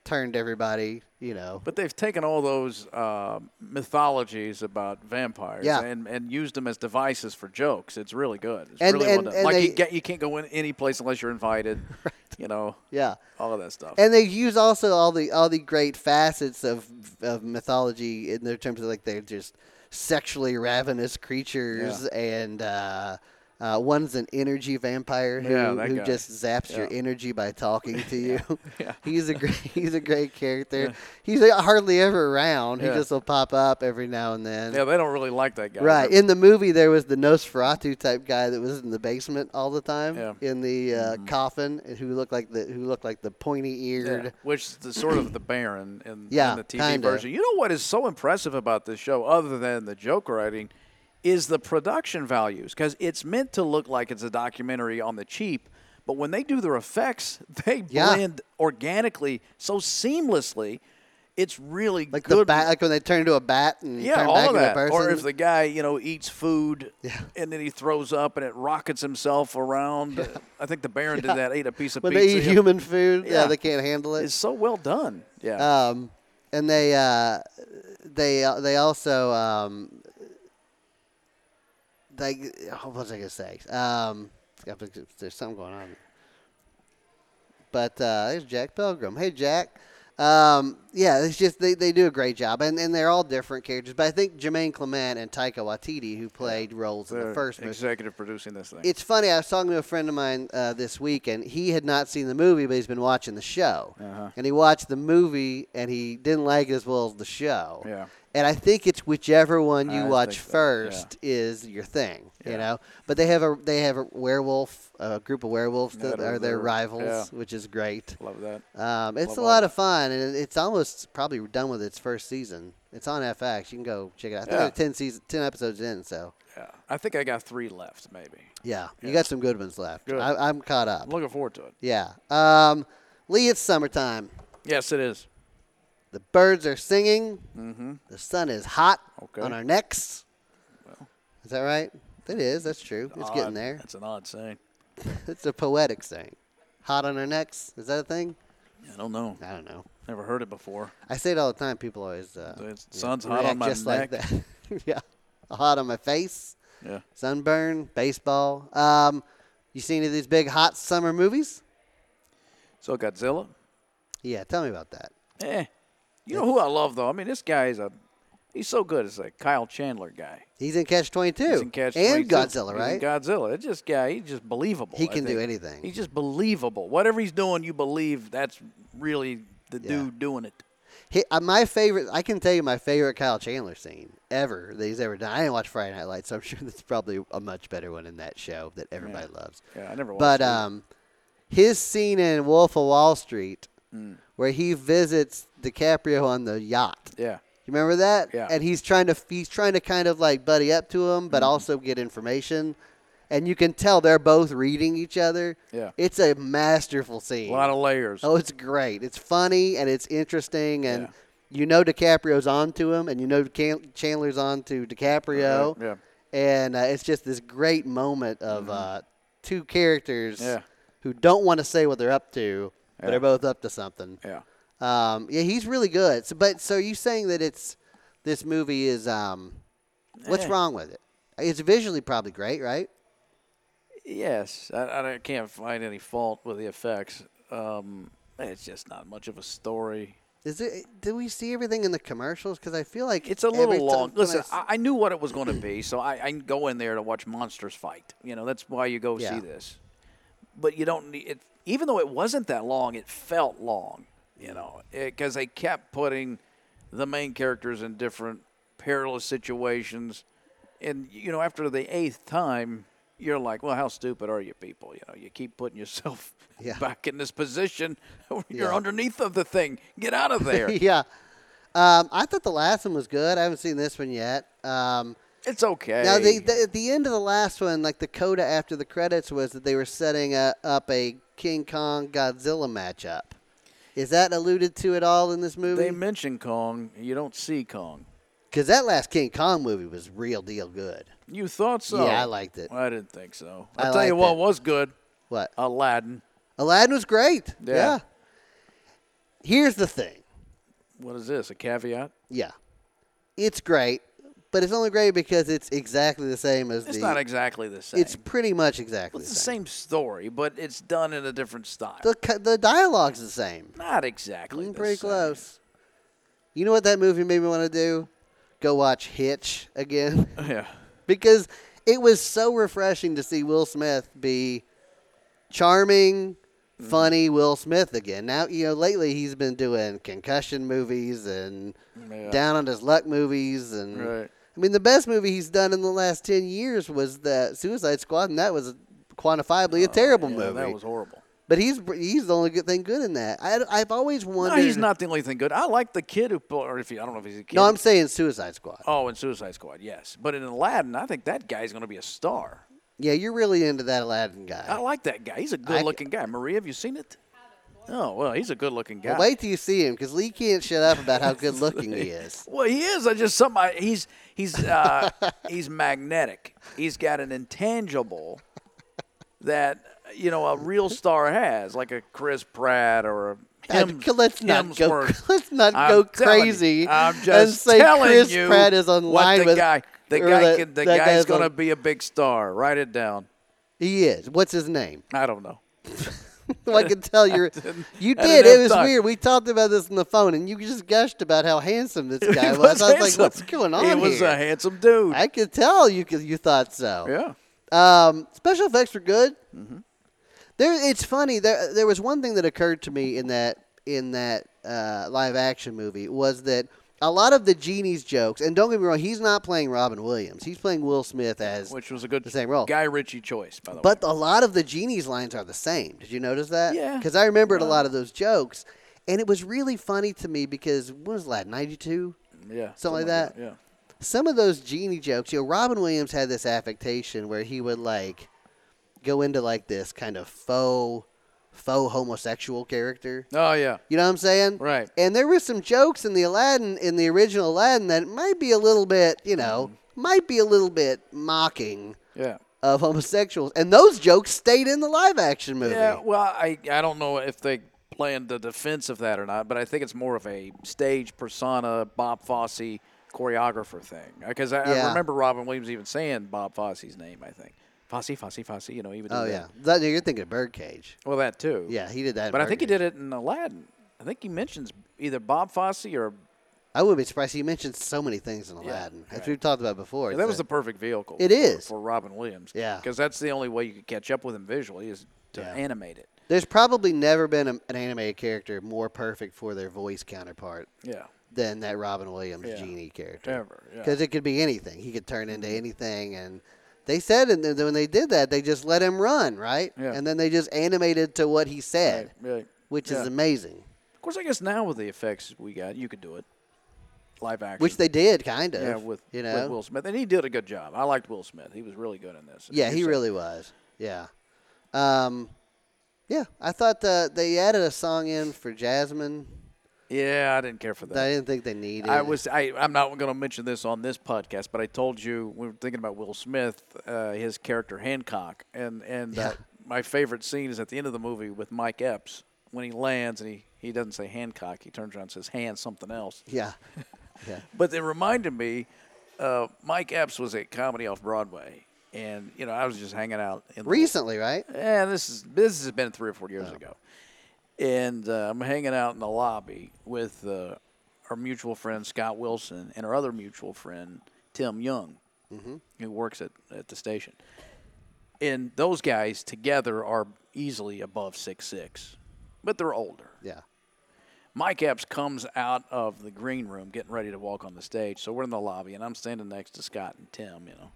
turned everybody. You know, But they've taken all those uh, mythologies about vampires Yeah. and, and used them as devices for jokes. It's really good. It's And- really well and- done. and like they- you, get, you can't go in any place unless you're invited. You know, yeah. all of that stuff. And they use also all the all the great facets of of mythology in their terms of like they're just sexually ravenous creatures and uh, uh, one's an energy vampire who, Yeah, that who guy. just zaps your Yeah. energy by talking to you. Yeah. he's a great he's a great character. He's uh, hardly ever around. Yeah. He just will pop up every now and then. yeah, they don't really like that guy. Right. They're- In the movie, there was the Nosferatu type guy that was in the basement all the time Yeah. Mm-hmm. in the uh, coffin, and who looked like the who looked like the pointy eared. yeah, which is the, sort of the Baron in, Yeah, in the TV kinda. version. You know what is so impressive about this show, other than the joke writing, is the production values because it's meant to look like it's a documentary on the cheap. But when they do their effects, they Yeah. blend organically so seamlessly. It's really Like good. the bat, like when they turn into a bat and you yeah, turn all back of into that. a person. Or if the guy, you know, eats food Yeah. and then he throws up and it rockets himself around. I think the Baron did that. Ate a piece of when pizza. they eat human food, yeah. Yeah. they can't handle it. It's so well done. Yeah. um, and they uh, they uh, they also um, they oh, what was I gonna say? Um, yeah, but there's something going on. But uh, there's Jack Pilgrim. Hey Jack. Um, yeah, it's just they, they do a great job, and, and they're all different characters. But I think Jermaine Clement and Taika Waititi, who played roles in They're the first movie, executive producing this thing. It's funny. I was talking to a friend of mine uh, this week, and he had not seen the movie, but he's been watching the show. Uh-huh. And he watched the movie, and he didn't like it as well as the show. Yeah. And I think it's whichever one you I watch think so, yeah. first is your thing. You Yeah. know. But they have a they have a werewolf, a group of werewolves that That are are their their- rivals, yeah. which is great. Love that. Um, it's Love a all lot of fun, and it- it's almost probably done with its first season. It's on FX. You can go check it out. I think Yeah. they're ten season, ten episodes in, so. Yeah. I think I got three left, maybe. Yeah, you Yeah. got some good ones left. Good. I, I'm caught up. I'm looking forward to it. Yeah. Um, Lee, it's summertime. Yes, it is. The birds are singing. Mm-hmm. The sun is hot Okay. on our necks. is that right? It is. That's true. It's getting Odd. there. That's an odd saying. It's a poetic saying. Hot on our necks. Is that a thing? I don't know. I don't know. Never heard it before. I say it all the time. People always. Uh, The yeah, sun's hot on react my just neck. Like that. yeah. Hot on my face. Yeah. Sunburn. Baseball. Um, You seen any of these big hot summer movies? So Godzilla. Yeah, tell me about that. Eh. You know who I love though. I mean, this guy is a. He's so good. It's a Kyle Chandler guy. He's in Catch 22. He's in Catch and 22. Godzilla, He's in right? Godzilla. It's just guy. He's just believable. He I can do think. anything. He's just believable. Whatever he's doing, you believe that's really the Yeah. dude doing it. He, uh, my favorite, I can tell you my favorite Kyle Chandler scene ever that he's ever done. I didn't watch Friday Night Lights, so I'm sure that's probably a much better one in that show that everybody loves. Yeah, I never. But watched it. um, his scene in Wolf of Wall Street, Mm. where he visits DiCaprio on the yacht. yeah, You remember that? Yeah. And he's trying to he's trying to kind of like buddy up to him, Mm-hmm. but also get information. And you can tell they're both reading each other. Yeah. It's a masterful scene. a lot of layers. Oh, it's great. It's funny and it's interesting, and Yeah. you know DiCaprio's on to him, and you know Can- Chandler's on to DiCaprio. Yeah, yeah. And uh, it's just this great moment of uh, two characters Yeah. who don't want to say what they're up to, but Yeah. are both up to something. Yeah. Um, yeah, he's really good. So, but so you saying that it's this movie is um, what's Eh. wrong with it? It's visually probably great, right? Yes, I- I, don't- can't find any fault with the effects. Um, it's just not much of a story. Is it? Do we see everything in the commercials? Because I feel like It's a every little time long. when I Listen, s- I, I knew what it was going to be, so I, I go in there to watch monsters fight. You know, that's why you go Yeah. see this. But you don't need it. Even though it wasn't that long, it felt long. You know, because they kept putting the main characters in different perilous situations, and you know, after the eighth time, you're like, well, how stupid are you people? You know, you keep putting yourself Yeah. back in this position. You're Yeah. underneath of the thing. Get out of there. yeah. Um, I thought the last one was good. I haven't seen this one yet. Um, it's okay. Now, the, the, at the end of the last one, like the coda after the credits was that they were setting uh up a King Kong Godzilla matchup. Is that alluded to at all in this They movie? mention Kong. You don't see Kong. Because that last King Kong movie was real deal good. You thought so? Yeah, I liked it. I didn't think so. I I'll tell you liked what it. was good. What? Aladdin. Aladdin was great. Yeah. yeah. Here's the thing. What is this? A caveat? Yeah. It's great, but it's only great because it's exactly the same as It's the. not exactly the same. it's pretty much exactly It's the the same. same story, but it's done in a different style. The co- the dialogue's the same. Not exactly. Mm, the pretty same. close. You know what that movie made me want to do? Go watch Hitch again Yeah. because it was so refreshing to see Will Smith be charming, Mm-hmm. funny Will Smith again. Now you know lately he's been doing concussion movies and Yeah. down on his luck movies and Right. I mean the best movie he's done in the last ten years was the Suicide Squad and that was quantifiably a terrible Oh, Yeah, movie. That was horrible. but he's he's the only good thing good in that. I, I've always No, wondered. he's not the only thing good. I like the kid who, pl- or if he, I don't know if he's a kid. No, I'm saying Suicide Squad. oh, in Suicide Squad, yes. But in Aladdin, I think that guy's going to be a star. Yeah, you're really into that Aladdin guy. I like that guy. He's a good-looking guy. Maria, have you seen it? Oh well, he's a good-looking guy. Well, wait till you see him, because Lee can't shut up about how good looking he is. Well, he is. I just somebody. He's he's uh, he's magnetic. He's got an intangible that you know a real star has, like a Chris Pratt or a And Hems- let's not go. Hemsworth. Let's not I'm go telling you. crazy I'm just and say telling Chris you Pratt is on what line the with guy. The or guy. that- can, the that guy's on- going to be a big star. Write it down. He is. What's his name? I don't know. I can tell you. You did. I It didn't have was time. weird. We talked about this on the phone, and you just gushed about how handsome this guy was. He I was handsome. like, "What's going on He was here?" a handsome dude. I could tell you. You thought so. yeah. Mm-hmm. Um, special effects were good. There, it's funny. There, there was one thing that occurred to me in that in that uh, live action movie was that a lot of the genie's jokes. And don't get me wrong, he's not playing Robin Williams. He's playing Will Smith as. Which was a good The same role. Guy Ritchie choice, by the way. but a lot of the genie's lines are the same. Did you notice that? Yeah. Because I remembered a lot of those jokes, and it was really funny to me because what was that ninety two? Yeah. Something like that. Yeah. some of those genie jokes, you know, Robin Williams had this affectation where he would like go into like this kind of faux faux homosexual character. Oh yeah. You know what I'm saying? Right. And there were some jokes in the Aladdin in the original Aladdin that might be a little bit, you know, Hmm. might be a little bit mocking Yeah. of homosexuals. And those jokes stayed in the live action movie. Oh, Yeah. Well, I I don't know if they plan the defense of that or not, but I think it's more of a stage persona, Bob Fosse choreographer thing. Because I, Yeah. I remember Robin Williams even saying Bob Fosse's name. I think. Fosse, Fosse, Fosse. You know, even. Oh yeah, that, you're thinking of Birdcage. Well, that too. Yeah, he did that. in But I think he Birdcage. did it in Aladdin. I think he mentions either Bob Fosse or I would be surprised. He mentioned so many things in Aladdin, as right. we've talked about before. that It's was a- the perfect vehicle. It for, is. for Robin Williams. Yeah. because that's the only way you could catch up with him visually is to Yeah. animate it. There's probably never been a, an animated character more perfect for their voice counterpart Yeah, than that Robin Williams Yeah. genie character. ever. Yeah. Because it could be anything. He could turn Mm-hmm. into anything. And they said, and then when they did that, they just let him run, right? Yeah. And then they just animated to what he said, Right, right. which Yeah. is amazing. Of course, I guess now with the effects we got, you could do it live action. Which they did, kind of. yeah, with you know, with Will Smith, and he did a good job. I liked Will Smith. He was really good in this. Yeah, he It's a- really was. Yeah. Um, yeah, I thought uh, they added a song in for Jasmine Yeah, I didn't care for that I that. didn't think they needed. I was I, I'm not going to mention this on this podcast, but I told you we were thinking about Will Smith, uh, his character Hancock, and and Yeah. uh, my favorite scene is at the end of the movie with Mike Epps when he lands and he, he doesn't say Hancock, he turns around and says hand something else. Yeah. Yeah. But it reminded me, uh, Mike Epps was at Comedy Off Broadway, and you know I was just hanging out in the- Recently, right? yeah, this is this has been three or four years ago, and uh, I'm hanging out in the lobby with uh, our mutual friend Scott Wilson and our other mutual friend Tim Young, who works at, at the station. And those guys together are easily above six six, but they're older. Yeah. Mike Epps comes out of the green room getting ready to walk on the stage. So we're in the lobby, and I'm standing next to Scott and Tim, you know.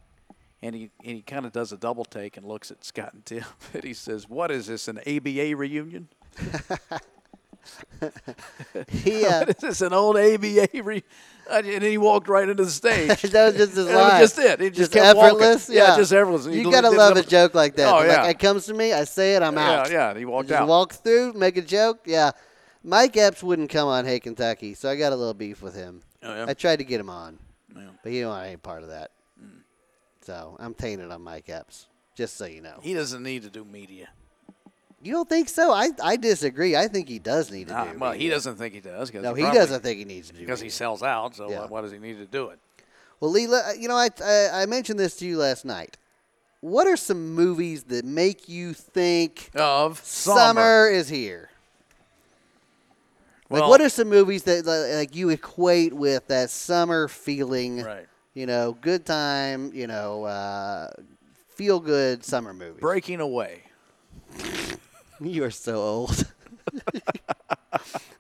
And he, and he kind of does a double take and looks at Scott and Tim, and he says, What is this, an ABA reunion? He uh, What is this, an old ABA reunion? And then he walked right into the that stage. was just his That was line. just it. He just kept walking. effortless. Yeah, just effortless. He You li- gotta didn't love a have a- joke like that. Oh, They're yeah. Like it comes to me, I say it, I'm yeah, out. yeah, he walked Just out. walk through, make a joke. Yeah. Mike Epps wouldn't come on Hey Kentucky, so I got a little beef with him. Oh, yeah? I tried to get him on, Yeah. but he didn't want any part of that. So I'm tainted on Mike Epps, just so you know. He doesn't need to do media. You don't think so? I, I disagree. I think he does need to Nah, do Uh, well, he media. doesn't think he does. Cause No, he probably- doesn't think he needs to do Because he media. sells out, so Yeah. why, why does he need to do it? Well, Lee, le- uh, you know, I, I I mentioned this to you last night. What are some movies that make you think Of summer, is here? Like, Well- what are some movies that li- like you equate with that summer feeling? Right. You know, good time. You know, uh, feel good summer movies. Breaking away. You are so old.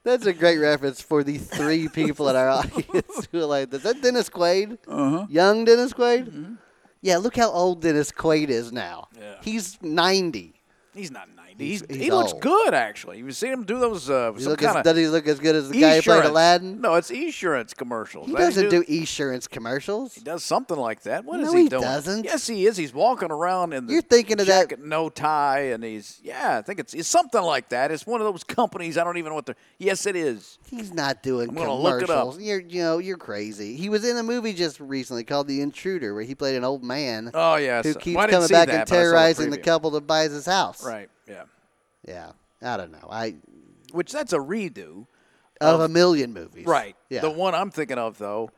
That's a great reference for the three people in our audience who are like, is that Dennis Quaid? Uh-huh. Young Dennis Quaid? Yeah, look how old Dennis Quaid is now. Mm-hmm. Yeah. He's 90. He's not 90. He's, He's- he he's looks old. good, actually. You've seen him do those uh, He some look as- kind of does he look as good as the guy who played Aladdin? No, it's insurance commercials. He They doesn't do insurance commercials. He does something like that. What is No, he, he doing? doesn't. Yes, he is. He's walking around in the You're thinking of that- jacket, no tie, and he's yeah. I think it's, it's something like that. It's one of those companies. I don't even know what they're. Yes, it is. He's not doing I'm gonna commercials. look it up. You're, you know, you're crazy. He was in a movie just recently called The Intruder, where he played an old man Oh yeah. who so- keeps well, I didn't coming see back that, and but I saw terrorizing the preview. couple that buys his house. Right. Yeah. Yeah. I don't know. I Which that's a redo. of, a million movies. Right. Yeah. The one I'm thinking of though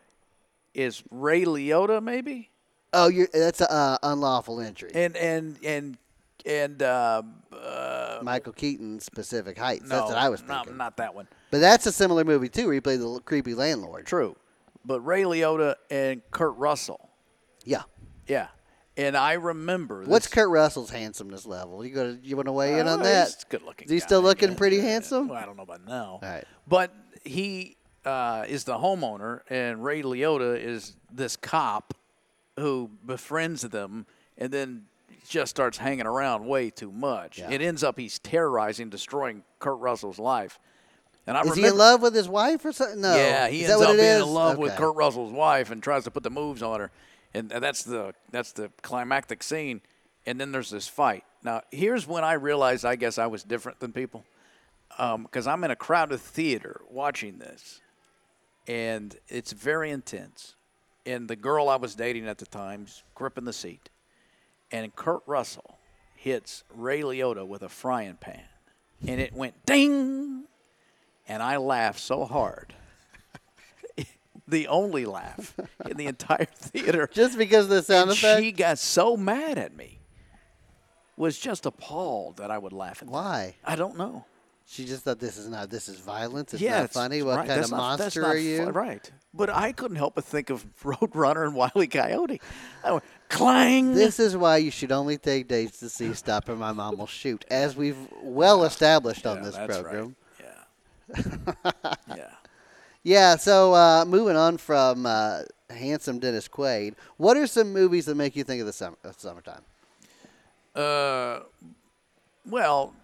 is Ray Liotta, maybe. oh, you're, that's a uh, unlawful entry. and and and and uh, uh, Michael Keaton's Pacific Heights. no, that's what I was not- thinking. not that one. But that's a similar movie too, where he played the l- creepy landlord. True, but Ray Liotta and Kurt Russell. Yeah. Yeah, and I remember. What's this- Kurt Russell's handsomeness level? You gonna you want to weigh in Oh, on He's that? a good looking. Is he guy, still looking man. pretty Yeah. handsome? Well, I don't know about now. right. But he uh, is the homeowner, and Ray Liotta is this cop who befriends them, and then just starts hanging around way too much. Yeah. It ends up he's terrorizing, destroying Kurt Russell's life. And I Is remember, he in love with his wife or something? No. Yeah, he is ends that what up it being is? in love with Okay. Kurt Russell's wife and tries to put the moves on her, and and that's the that's the climactic scene. And then there's this fight. Now here's when I realized I guess I was different than people, because I'm in a crowded theater watching this, and it's very intense. And the girl I was dating at the time's gripping the seat, and Kurt Russell hits Ray Liotta with a frying pan, and it went ding, and I laughed so hard the only laugh in the entire theater. Just because of the sound and effect. she got so mad at me was just appalled that I would laugh at that. Why? I don't know. She just thought this is not this is violence. It's yeah, not it's- funny. it's What right. kind That's of not- that's monster not are fu- you? right. But I couldn't help but think of Roadrunner and Wile E. Coyote. I went, clang. This is why you should only take dates to see Stop or My Mom Will Shoot, as we've well established on Yeah, this that's program. Right. Yeah. yeah. Yeah, so uh, moving on from uh, handsome Dennis Quaid, what are some movies that make you think of the summer, of summertime? Uh, well,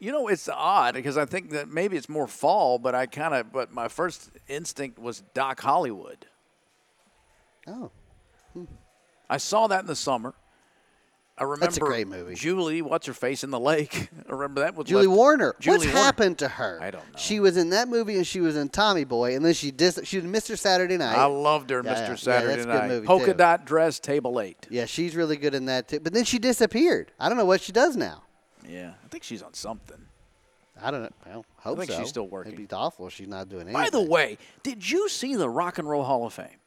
you know, it's odd because I think that maybe it's more fall, but I kind of, but my first instinct was Doc Hollywood. Oh, I saw that in the summer. I remember a great movie. Julie, what's her face in the lake? I remember that was Julie left- Warner. Julie What's Warner. happened to her? I don't know. She was in that movie and she was in Tommy Boy, and then she dis- she was Mr. Saturday Night. I loved her, in Yeah, yeah. Mr. Yeah, that's a Saturday good Night. movie, Polka too. dot dress, table eight. yeah, she's really good in that too. But then she disappeared. I don't know what she does now. Yeah, I think she's on something. I don't know. Well, hope think so. she's still working. It'd be awful if she's not doing anything. By the way, did you see the Rock and Roll Hall of Fame?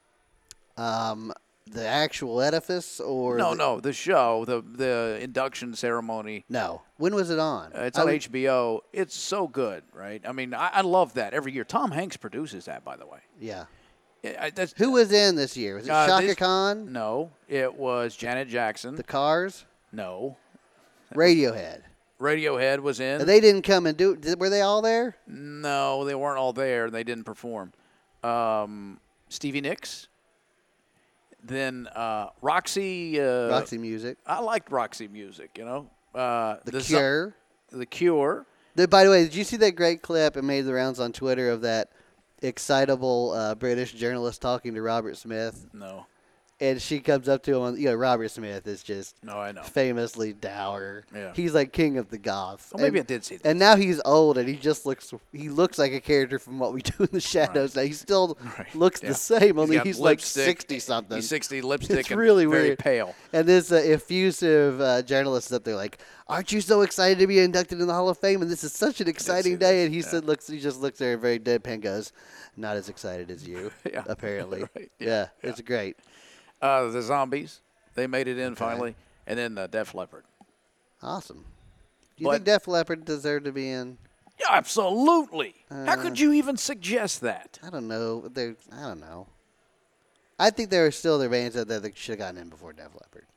um, the actual edifice or No, the- no, the show, the the induction ceremony. no. When was it on? Uh, It's I on would- HBO. It's so good, right? I mean, I, I love that every year. Tom Hanks produces that, by the way. Yeah. Yeah, I, that's, Who was in this year? Was it uh, Shaka this- Khan? No, it was Janet Jackson. The Cars? no, Radiohead. Radiohead was in. They didn't come and do. Did, were they all there? no, they weren't all there. and They didn't perform. Um, Stevie Nicks. Then uh, Roxy. Uh, Roxy Music, I liked Roxy music. You know, uh, The, Zo- Cure. the Cure. Th- by the way, did you see that great clip? It made the rounds on Twitter of that excitable uh, British journalist talking to Robert Smith, No, and she comes up to him. On, you know, Robert Smith is just no, I know. famously dour. Yeah. He's like king of the goths. Well, maybe and, I did see that. And now he's old, and he just looks. He looks like a character from what we do in the shadows. Now he still Right, looks yeah. the same, only got he's, like lipstick. sixty something. He's 60, lipstick, It's and really very weird. pale. And this uh, effusive uh, journalist is up there like, "Aren't you so excited to be inducted in the Hall of Fame? And this is such an exciting day." this, And he said, "Looks." He just looks there, very deadpan, goes, "Not as excited as you, Yeah, apparently." right, yeah, yeah, it's great. Uh, the zombies, they made it in finally, and then the Def Leppard. Awesome. Do you But- think Def Leppard deserved to be in? Yeah, absolutely. How Uh. could you even suggest that? I don't know. They, I don't know. I think there are still other bands out there that should have gotten in before Def Leppard.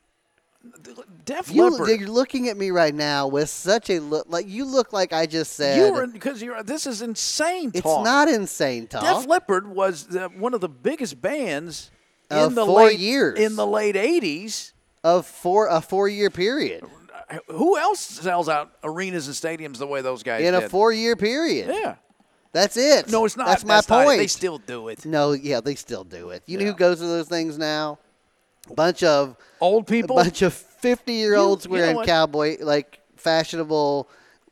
Def You, Leppard. you're looking at me right now with such a look. Like you look like I just said. You were because you're. This is insane it's talk. not insane talk. Def Leppard was the, one of the biggest bands Of in the four late years. In the late '80s, of four a four year period Uh, who else sells out arenas and stadiums the way those guys in did? a four year period. yeah. That's it. No, it's not. That's my not it. point. They still do it. no, yeah, they still do it. You know Yeah. who goes to those things now? Bunch of Old a people. bunch of fifty year olds You- you know wearing what? cowboy like fashionable.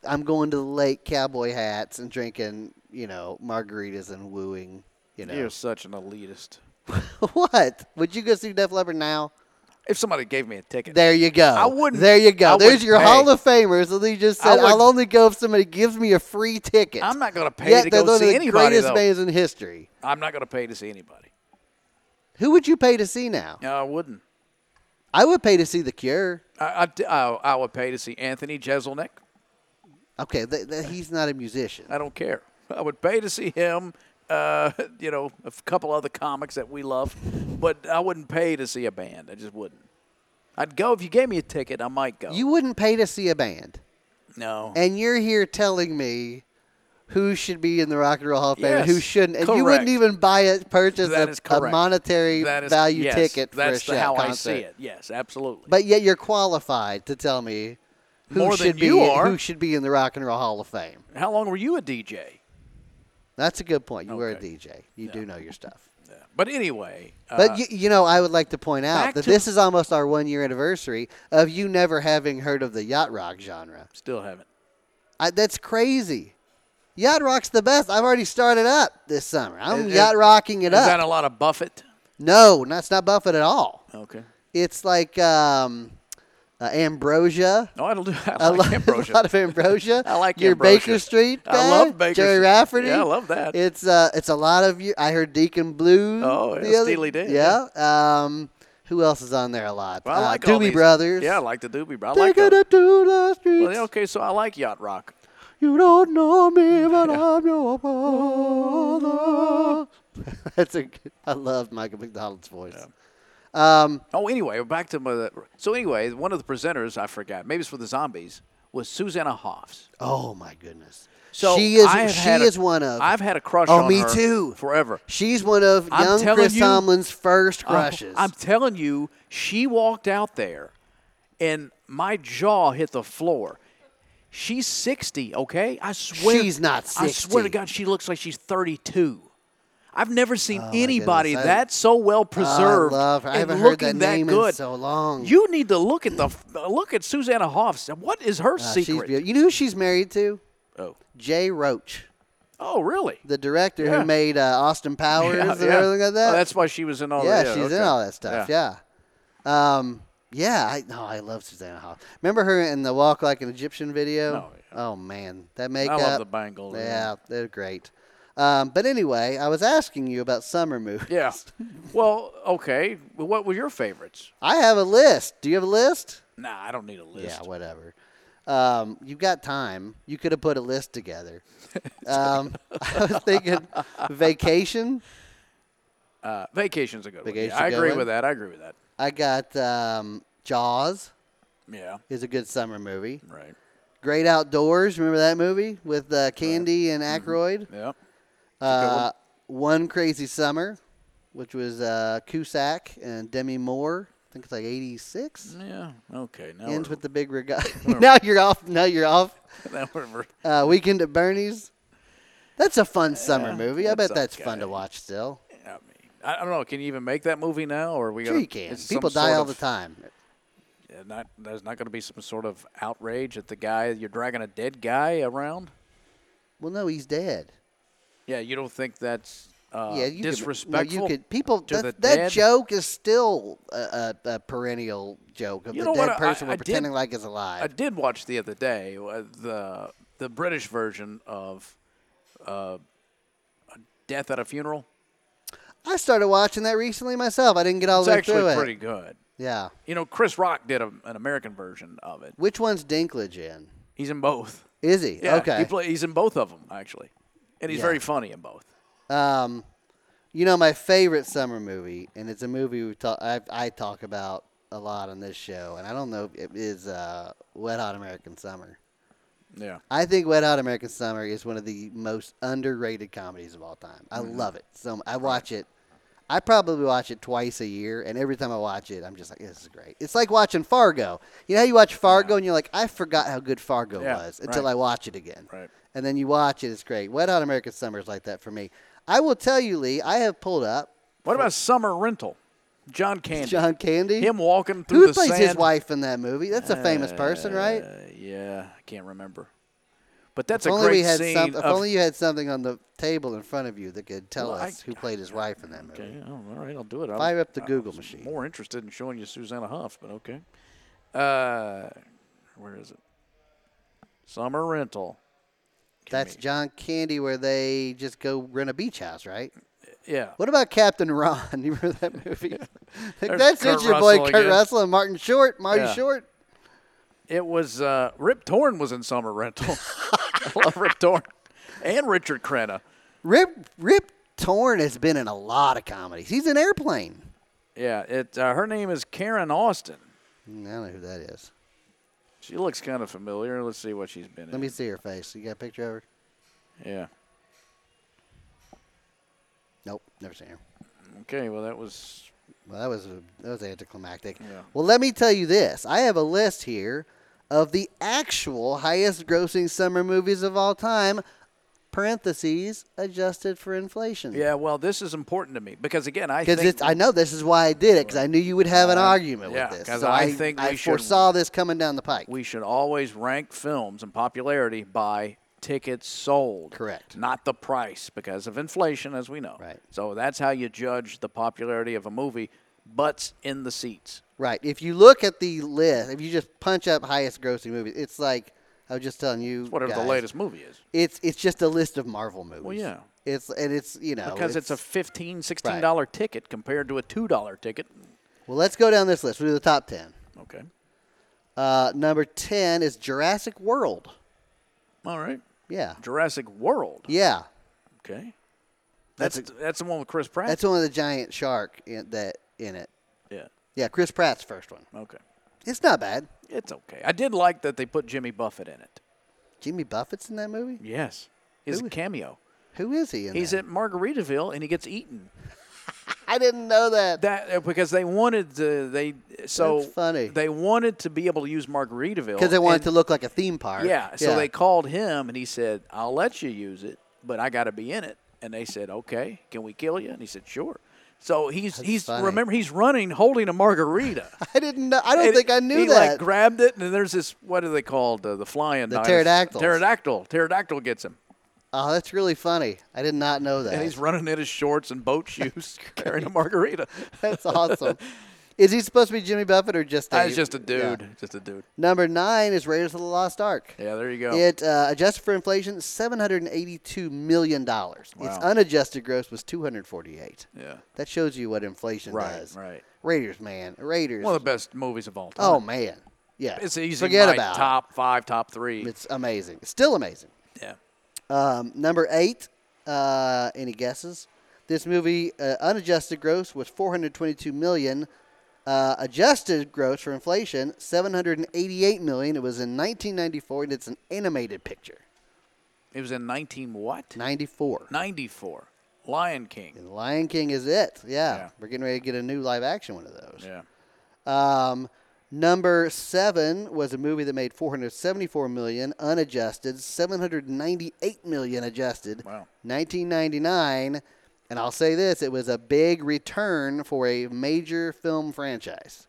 I'm going to the lake cowboy hats and drinking, you know, margaritas and wooing. You know You're such an elitist. what? Would you go see Def Leppard now? If somebody gave me a ticket, There you go. I wouldn't- There you go. I There's wouldn't your pay. Hall of Famers. So they just I said, "I'll wouldn't- only go if somebody gives me a free ticket." I'm not going to pay Yet to they're go one of see the anybody. greatest Though. bands in history. I'm not going to pay to see anybody. Who would you pay to see now? No, I wouldn't. I would pay to see The Cure. I, I, I- I would pay to see Anthony Jeselnik. Okay, th- th- he's not a musician. I don't care. I would pay to see him. Uh, you know, a couple other comics that we love, but I wouldn't pay to see a band. I just wouldn't. I'd go if you gave me a ticket. I might go. You wouldn't pay to see a band, no. and you're here telling me who should be in the Rock and Roll Hall of Fame and who Yes, shouldn't, and you wouldn't correct. even buy it, purchase That a, is a correct. monetary That is- value yes, ticket for a That's show the- how concert. I see it. Yes, absolutely. But yet you're qualified to tell me who More than should be you are. who should be in the Rock and Roll Hall of Fame. how long were you a DJ? That's a good point. You were a Okay. DJ. You do know your stuff. Yeah. Uh, But anyway, But uh, you, you know, I would like to point out back that to- this is almost our one year anniversary of you never having heard of the yacht rock genre. still haven't. I, that's crazy. Yacht rock's the best. I've already started up this summer. I'm Is- yacht is- rocking it Is that up. a lot of Buffett? no, that's not Buffett at all. Okay. It's like um, uh, Ambrosia. No, it'll do. I I like love a ambrosia. lot of ambrosia. I like your ambrosia. Baker Street. I love band, Baker Jerry Street. Rafferty. Yeah, I love that. It's uh, it's a lot of you. I heard Deacon Blues. Oh, yeah, the other, Steely Dan, Yeah. Um, Who else is on there a lot? Well, I Uh, like all Doobie these- Brothers. Yeah, I like the Doobie Brothers. I like Take it those. up to the streets. Well, okay, so I like yacht rock. You don't know me, but I'm your father. That's a. Good, I love Michael McDonald's voice. Um, Oh, anyway, back to my. So anyway, one of the presenters I forgot. Maybe it's for the zombies. Was Susanna Hoffs. oh my goodness. So she is. I have She had a- is one of. I've had a crush Oh, on me her too. Forever. she's one of I'm young telling Chris you- Tomlin's first I'm- crushes. I'm telling you, she walked out there, and my jaw hit the floor. She's 60, okay? I swear. She's not I swear to 60. God, she looks like she's 32. I've never seen anybody Oh goodness. I- that so well preserved Oh, I love her. I and haven't heard looking that, name good. in so long. you need to look at the look at Susanna Hoffs. What is her Uh, she's secret? beaut- you know who she's married to? oh, Jay Roach, oh, really? the director Yeah. who made uh, Austin Powers Yeah, and yeah. everything like that. Oh, that's why she was in all. yeah, that. she's okay. in all that stuff. Yeah. Yeah, um, yeah I no, I love Susanna Hoff. Remember her in the Walk Like an Egyptian video? Oh, Oh man, that makeup. I love the bangles. Yeah, they're great. Um, but anyway, I was asking you about summer movies. Yeah. Well, okay. Well, what were your favorites? I have a list. Do you have a list? Nah, I don't need a list. Yeah, whatever. Um, you've got time. You could have put a list together. Um, I was thinking vacation. Uh, vacation's a good Vacation's one. Yeah, a I good agree one. with that. I agree with that. I got um, Jaws Yeah. is a good summer movie. Right. Great Outdoors. Remember that movie with uh, Candy and Mm-hmm. Aykroyd? Yeah. Uh, one Crazy Summer, which was uh, Cusack and Demi Moore. I think it's like '86. Yeah. Okay. Now Ends we're, with the big regatta. now you're off. Now you're off. now we're Uh, Weekend at Bernie's. That's a fun summer movie. I that's bet that's fun to okay. watch still. I, mean, I I don't know. Can you even make that movie now, or are we? Sure gonna- you can. it's some People die sort all of- the time. yeah, Not, there's not going to be some sort of outrage at the guy. You're dragging a dead guy around. Well, no, he's dead. Yeah. You don't think that's uh, yeah, you Could, disrespectful? no, you could people to that, the that dead? joke is still a, a, a perennial joke of You the know what, dead I- person I we're did- pretending like is I alive. did watch the other day uh, the the British version of uh, Death at a Funeral. I, started watching that recently myself. I didn't get all It's the way through actually it. pretty good. Yeah. You know, Chris Rock did a, an American version of it. Which one's Dinklage in? He's in both. Is he? Yeah, okay. He play, he's in both of them actually, and he's very funny in both. Um, you know my favorite summer movie, and it's a movie we talk I, I talk about a lot on this show, and I don't know if it is uh, Wet Hot American Summer. Yeah. I think Wet Hot American Summer is one of the most underrated comedies of all time. I Mm-hmm. love it. So I watch it. I probably watch it twice a year, and every time I watch it, I'm just like, "This is great." It's like watching Fargo. You know how you watch Fargo, and you're like, "I forgot how good Fargo Yeah, was until right. I watch it again." Right. And then you watch it; it's great. Wet Hot American Summer is like that for me. I will tell you, Lee. I have pulled up What about Summer Rental? John Candy. John Candy. Him walking through Who the plays sand. his wife in that movie? That's a famous person, right? Uh, yeah, I can't remember. But that's If a only great we had scene. some, if of, only you had something on the table in front of you that could tell Well, I- us who played his wife in that movie. Okay, oh, all right, I'll do it. I Fire was- up the I Google was machine. More interested in showing you Susanna Huff, but okay. Uh, where is it? Summer rental. Give That's me- John Candy, where they just go rent a beach house, right? yeah. What about Captain Ron? You remember that movie? Like, There's That's Kurt it, your boy Russell Kurt again. Russell and Martin Short. Marty Yeah. Short. It was uh, Rip Torn was in Summer Rental. I love Rip Torn and Richard Crenna. Rip Rip Torn has been in a lot of comedies. He's an airplane. Yeah, it. Uh, her name is Karen Austin. I don't know who that is. She looks kind of familiar. Let's see what she's been Let in. me see her face. You got a picture of her? yeah. Nope, never seen her. Okay. Well, that was. Well, that was that was anticlimactic. Yeah. Well, let me tell you this. I have a list here of the actual highest-grossing summer movies of all time. Parentheses adjusted for inflation. Yeah. Well, this is important to me because again, I think Because I know this is why I did it because I knew you would have an argument yeah, with 'cause this. So I I, think I we should- foresaw this coming down the pike. we should always rank films in popularity by tickets sold. Correct. Not the price because of inflation, as we know. Right. So that's how you judge the popularity of a movie. Butts in the seats. right. If you look at the list, if you just punch up highest grossing movies, it's like I was just telling you. Whatever guys, the latest movie is. It's it's just a list of Marvel movies. yeah. It's and it's you know Because it's, a it's $15, $16 ticket compared to a $2 ticket. Well, let's go down this list. We'll do the top 10. Okay. Uh, number 10 is Jurassic World. All right. Yeah. Jurassic World. Yeah. Okay. That's that's, the one with Chris Pratt. That's one of the giant shark in that in it. yeah. Yeah, Chris Pratt's first one. Okay. It's not bad. It's okay. I did like that they put Jimmy Buffett in it. Jimmy Buffett's in that movie? Yes. He's a cameo. Who is he in He's that? at Margaritaville and he gets eaten. I didn't know that. That uh, because they wanted to they so That's funny. they wanted to be able to use Margaritaville Because they want and- it to look like a theme park. Yeah. So they called him and he said, I'll let you use it, but I got to be in it. And they said, okay, can we kill you? And he said, sure. So he's he's funny. remember he's running holding a margarita. I didn't know. I don't And think I knew he, that. like grabbed it and there's this what are they called uh, the flying The dinos- pterodactyls. pterodactyl pterodactyl gets him oh, that's really funny. I did not know that. and he's running in his shorts and boat shoes carrying a margarita. that's awesome. Is he supposed to be Jimmy Buffett or just? That's a- just a yeah. dude, just a dude. Number nine is Raiders of the Lost Ark. Yeah, there you go. It uh, adjusted for inflation, seven hundred and eighty-two million dollars. Wow. Its unadjusted gross was two hundred forty-eight. yeah, That shows you what inflation Right, does. right. Raiders, man, Raiders. one of the best movies of all time. oh man, yeah. it's easy. Forget my about top five, top three. it. It's amazing. It's still amazing. yeah, Um, number eight. Uh, any guesses? This movie uh, unadjusted gross was 422 million. Uh, adjusted gross for inflation 788 million. It was in 1994, and it's an animated picture. it was in nineteen what? 94. Ninety four. Lion King. And Lion King is it. Yeah. Yeah. We're getting ready to get a new live action one of those. Yeah. Um, number seven was a movie that made 474 million unadjusted, 798 million adjusted. Wow. 1999, and I'll say this: it was a big return for a major film franchise.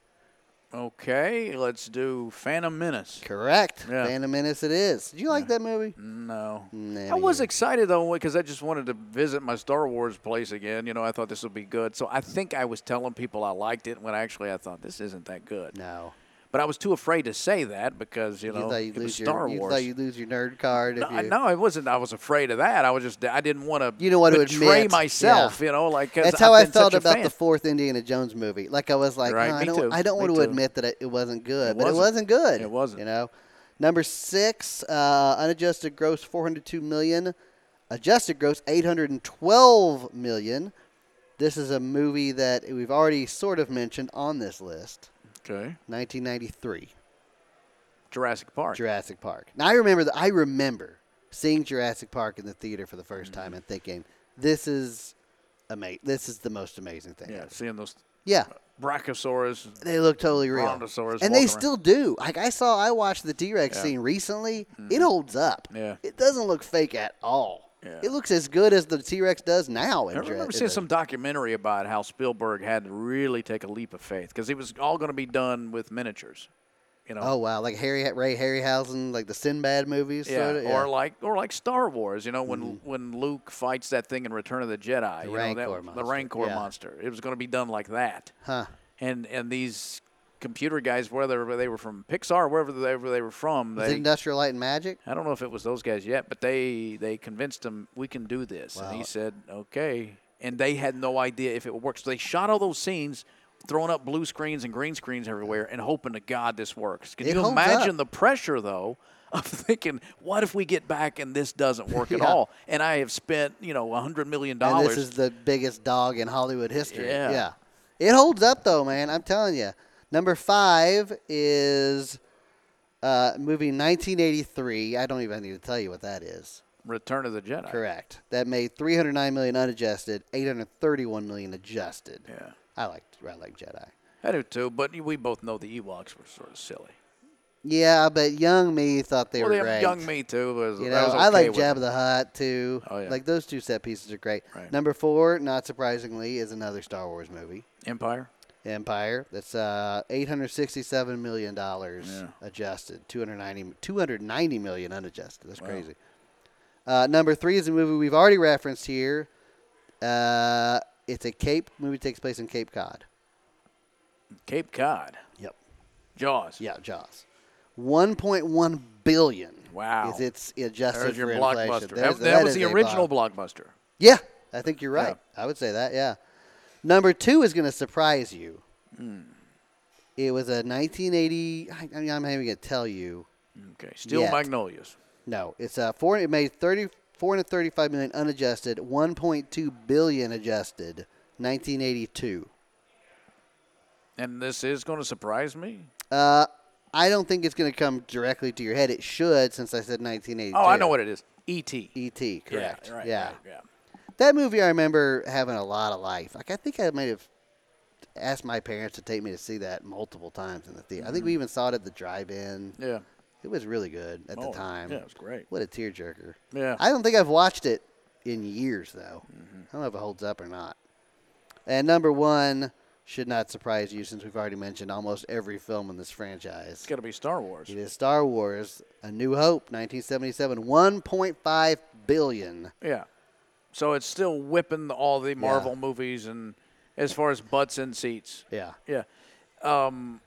Okay, let's do Phantom Menace. Correct. Yeah. Phantom Menace. It is. Did you like that movie? No. Nah, I me was excited though because I just wanted to visit my Star Wars place again. You know, I thought this would be good. So I think I was telling people I liked it when actually I thought this isn't that good. No. But I was too afraid to say that because you You know thought you'd it was lose Star your. You Wars. thought you'd lose your nerd card no, if I- you. no, it wasn't. I was afraid of that. I was just I didn't want to. You don't want to betray admit, myself. yeah. You know, like 'cause That's how I've I been felt such a about fan. the fourth Indiana Jones movie. Like I was like, Right, no, I me don't, too. I don't Me want too. to admit that it, it wasn't good, It but it wasn't. wasn't good. It wasn't. You know, number six, uh, unadjusted gross four hundred two million, adjusted gross eight hundred and twelve million. This is a movie that we've already sort of mentioned on this list. okay 1993, Jurassic Park. Jurassic Park. Now I remember that I remember seeing Jurassic Park in the theater for the 1st Mm-hmm. time and thinking, this is amazing. This is the most amazing thing. yeah, ever." seeing those Yeah. Brachiosaurus. They look totally real. Brontosaurus and they walking still do. Like I saw, I watched the T Rex Yeah. Mm-hmm. scene recently. It holds up. Yeah. It doesn't look fake at all. Yeah. It looks as good as the T Rex does now. In I Jura- remember in seeing the- some documentary about how Spielberg had to really take a leap of faith because it was all going to be done with miniatures, you know. Oh wow, like Harry Ray Harryhausen, like the Sinbad movies. yeah, sorta, or like or like Star Wars, you know, when when Luke fights that thing in Return of the Jedi, you know, that, Mm-hmm. Rancor monster, the Rancor yeah. monster, it was going to be done like that. huh? And and these computer guys, whether they were from Pixar, wherever they were, they were from, Is it they Industrial Light and Magic? I don't know if it was those guys yet, but they they convinced him we can do this, and Wow. he said okay. And they had no idea if it would work, so they shot all those scenes, throwing up blue screens and green screens everywhere, and hoping to God this works. Can It you holds imagine up. the pressure though? Of thinking, what if we get back and this doesn't work at Yeah. all? And I have spent, you know, a hundred million And this dollars. is the biggest dog in Hollywood history. Yeah. It holds up though, man. I'm telling you. Number five is uh, movie 1983. I don't even need to tell you what that is. Return of the Jedi. Correct. That made 309 million unadjusted, 831 million adjusted. Yeah, I liked I like Jedi. I do too. But we both know the Ewoks were sort of silly. Yeah, but young me thought they Well, were yeah, great. young me too. Was, You know, that was I like okay with Jabba them. the Hutt too. Oh, yeah. Like those two set pieces are great. Right. Number four, not surprisingly, is another Star Wars movie, Empire. Empire. That's uh, 867 million dollars adjusted, 290 290 million unadjusted. That's crazy. Uh, number three is a movie we've already referenced here. Uh, it's a Cape movie takes place in Cape Cod. Cape Cod. Yep. Jaws. Yeah, Jaws. 1.1 billion. Wow. Is its adjusted There's your for blockbuster. inflation. That, There's- that was is the a original bomb. blockbuster. Yeah, I think you're right. I would say that. Yeah. Number two is going to surprise you. Hmm. It was a 1980. I I mean, I'm not even gonna tell you. Okay, Steel Yet. Magnolias. No, it's a four. It made thirty four hundred thirty five million unadjusted, one point two billion adjusted, nineteen eighty two. And this is going to surprise me. Uh, I don't think it's going to come directly to your head. It should, since I said nineteen eighty two. Oh, I know what it is. E.T. E.T. E Correct. Yeah, right, yeah. right, yeah. That movie I remember having a lot of life. Like I think I might have asked my parents to take me to see that multiple times in the theater. I think we even saw it at the drive-in. Mm-hmm. Yeah. It was really good at Oh, the time. yeah, it was great. What a tearjerker. Yeah. Mm-hmm. I don't think I've watched it in years though. I don't know if it holds up or not. And number one should not surprise you since we've already mentioned almost every film in this franchise. It's got to be Star Wars. It is Star Wars: A New Hope, 1977, 1.5 billion. Yeah. So it's still whipping the- all the Marvel movies and as far as butts in seats. Yeah. Yeah. Um,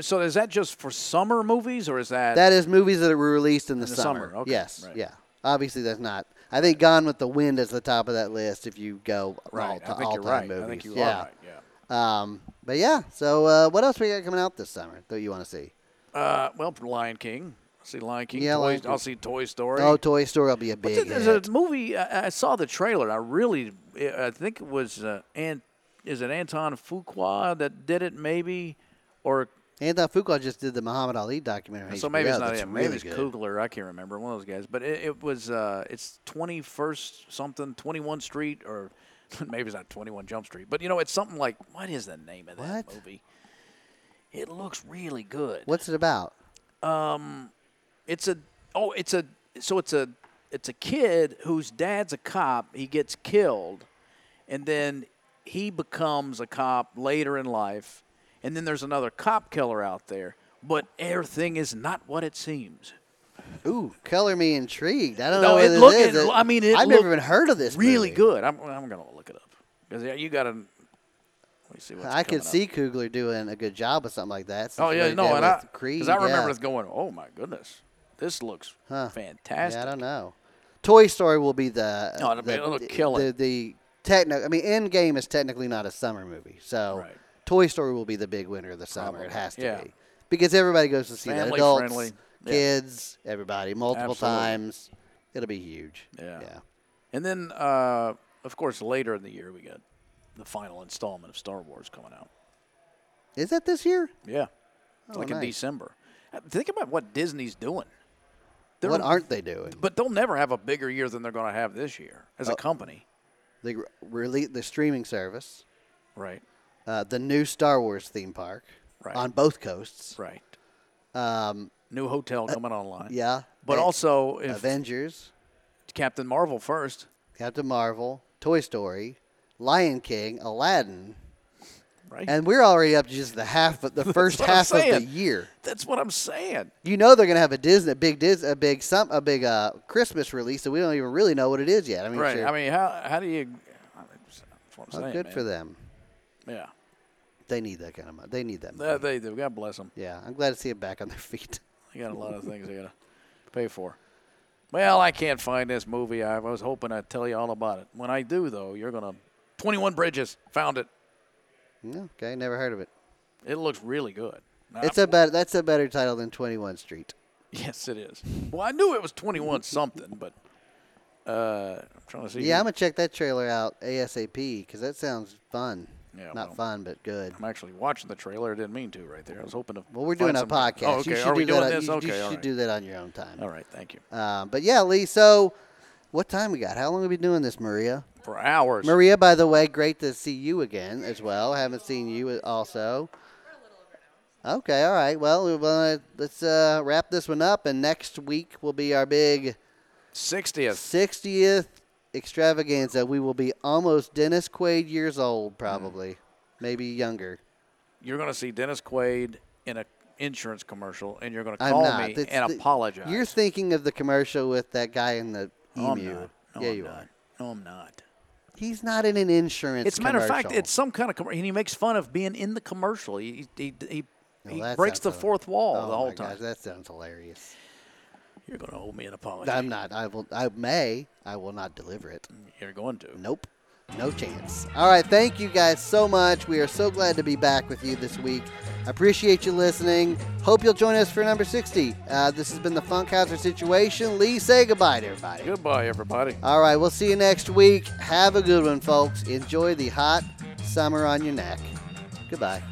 so is that just for summer movies or is that, That is movies that were released in the, the summer. summer, okay, Yes. right. Yeah. Obviously, that's not. I think Gone with the Wind is the top of that list if you go all, right? to, I think all you're time right. movies. I think you yeah. are right. Yeah. Um, but yeah, so uh, what else we got coming out this summer that you want to see? Uh, well, Lion King. I'll see Lion King. Yeah, Toy, Lion King. I'll see Toy Story. Oh, Toy Story will be a What's big it- there's hit. a movie. I, I saw the trailer. I really, I think it was, uh, Ant, is it Anton Fuqua that did it maybe? Or Anton Fuqua just did the Muhammad Ali documentary. on So maybe it's HBO. not That's him. Really Maybe it's good. Kugler. I can't remember one of those guys. But it, it was uh, it's 21st something, 21 Street, or maybe it's not 21 Jump Street. But you know, it's something like what is the name of that What? movie? It looks really good. What's it about? It's a oh, it's a so it's a it's a kid whose dad's a cop. He gets killed, and then he becomes a cop later in life. And then there's another cop killer out there. But everything is not what it seems. Ooh, color me intrigued. I don't No, know what it this look- is. it- I mean, it I've looked never even heard of this. really movie. good. I'm, I'm gonna look it up because you got to. Let me see what's I could coming up. see Kugler doing a good job with something like that. Oh since yeah, he no, did and with I Creed, because I remember yeah. us going. Oh my goodness, this looks Huh. fantastic. Yeah, I don't know. Toy Story will be the No, Oh, it'll be- the, it'll kill the, it. the techno. I mean, Endgame is technically not a summer movie, so Right. Toy Story will be the big winner of the summer. It Probably, has to yeah. be because everybody goes to see that. Family Adults, friendly, yeah. kids, everybody, multiple Absolutely. times. It'll be huge. Yeah. yeah. And then, uh, of course, later in the year we got the final installment of Star Wars coming out. Is that this year? Yeah, It's like in Oh, nice. December. Uh, Think about what Disney's doing. They're, what aren't they doing? but they'll never have a bigger year than they're going to have this year as Oh. a company, They re- release the streaming service, right? uh, the new Star Wars theme park Right. on both coasts. Right. Um, New hotel coming online. yeah, But A- also, if Avengers. Captain Marvel first, Captain Marvel, Toy Story, Lion King, Aladdin, right? and we're already up to just the half of the first what I'm half of the saying. year. That's what I'm saying. You know they're gonna have a Disney, a big Dis, a big some, a big uh, Christmas release that we don't even really know what it is yet. I mean, Right. sure. I mean, how how do you? That's what I'm well, saying, good man. for them. Yeah. They need that kind of money. They need that. Money. They, they do. God bless them. yeah, I'm glad to see it back on their feet. They got a lot of things they gotta pay for. Well, I can't find this movie. I was hoping I'd tell you all about it. When I do, though, you're gonna. 21 Bridges. Found it. Yeah, okay, never heard of it. It looks really good. Now, It's a better. That's a better title than Twenty One Street. yes, it is. Well, I knew it was 21 something, but uh, I'm trying to see. Yeah, who- I'm gonna check that trailer out asap because that sounds fun. Yeah, not well. fun, but good. I'm actually watching the trailer. I didn't mean to right there. I was hoping to. Well, we're find doing a something. podcast. Oh, You okay. should Are we do doing that on- this? you- okay. You all should right. do that on your own time. All right. Thank you. Um, but yeah, Lee. So, what time we got? How long have we been doing this, Maria? For hours. Maria, by the way, great to see you again as well. Haven't seen you also. Okay, all right. Well, we wanna, let's uh, wrap this one up, and next week will be our big 60th. 60th extravaganza. We will be almost Dennis Quaid years old, probably, maybe younger. You're going to see Dennis Quaid in a insurance commercial, and you're going to I'm call not. me That's and the- apologize. You're thinking of the commercial with that guy in the no, I'm emu. not. No, yeah, I'm you not. are. No, I'm not. He's not in an insurance. It's a matter of fact, commercial. it's some kind of commercial, and he makes fun of being in the commercial. He he he, Well, he that breaks sounds the hilarious. fourth wall Oh the whole my gosh, time. that sounds hilarious. You're going to owe me an apology. I'm not. I will. I may. I will not deliver it. You're going to. Nope. No chance. All right, thank you guys so much. We are so glad to be back with you this week. I appreciate you listening. Hope you'll join us for number 60. Uh, this has been the Funkhauser Situation. Lee, say goodbye to everybody. Goodbye, everybody. All right, we'll see you next week. Have a good one, folks. Enjoy the hot summer on your neck. Goodbye.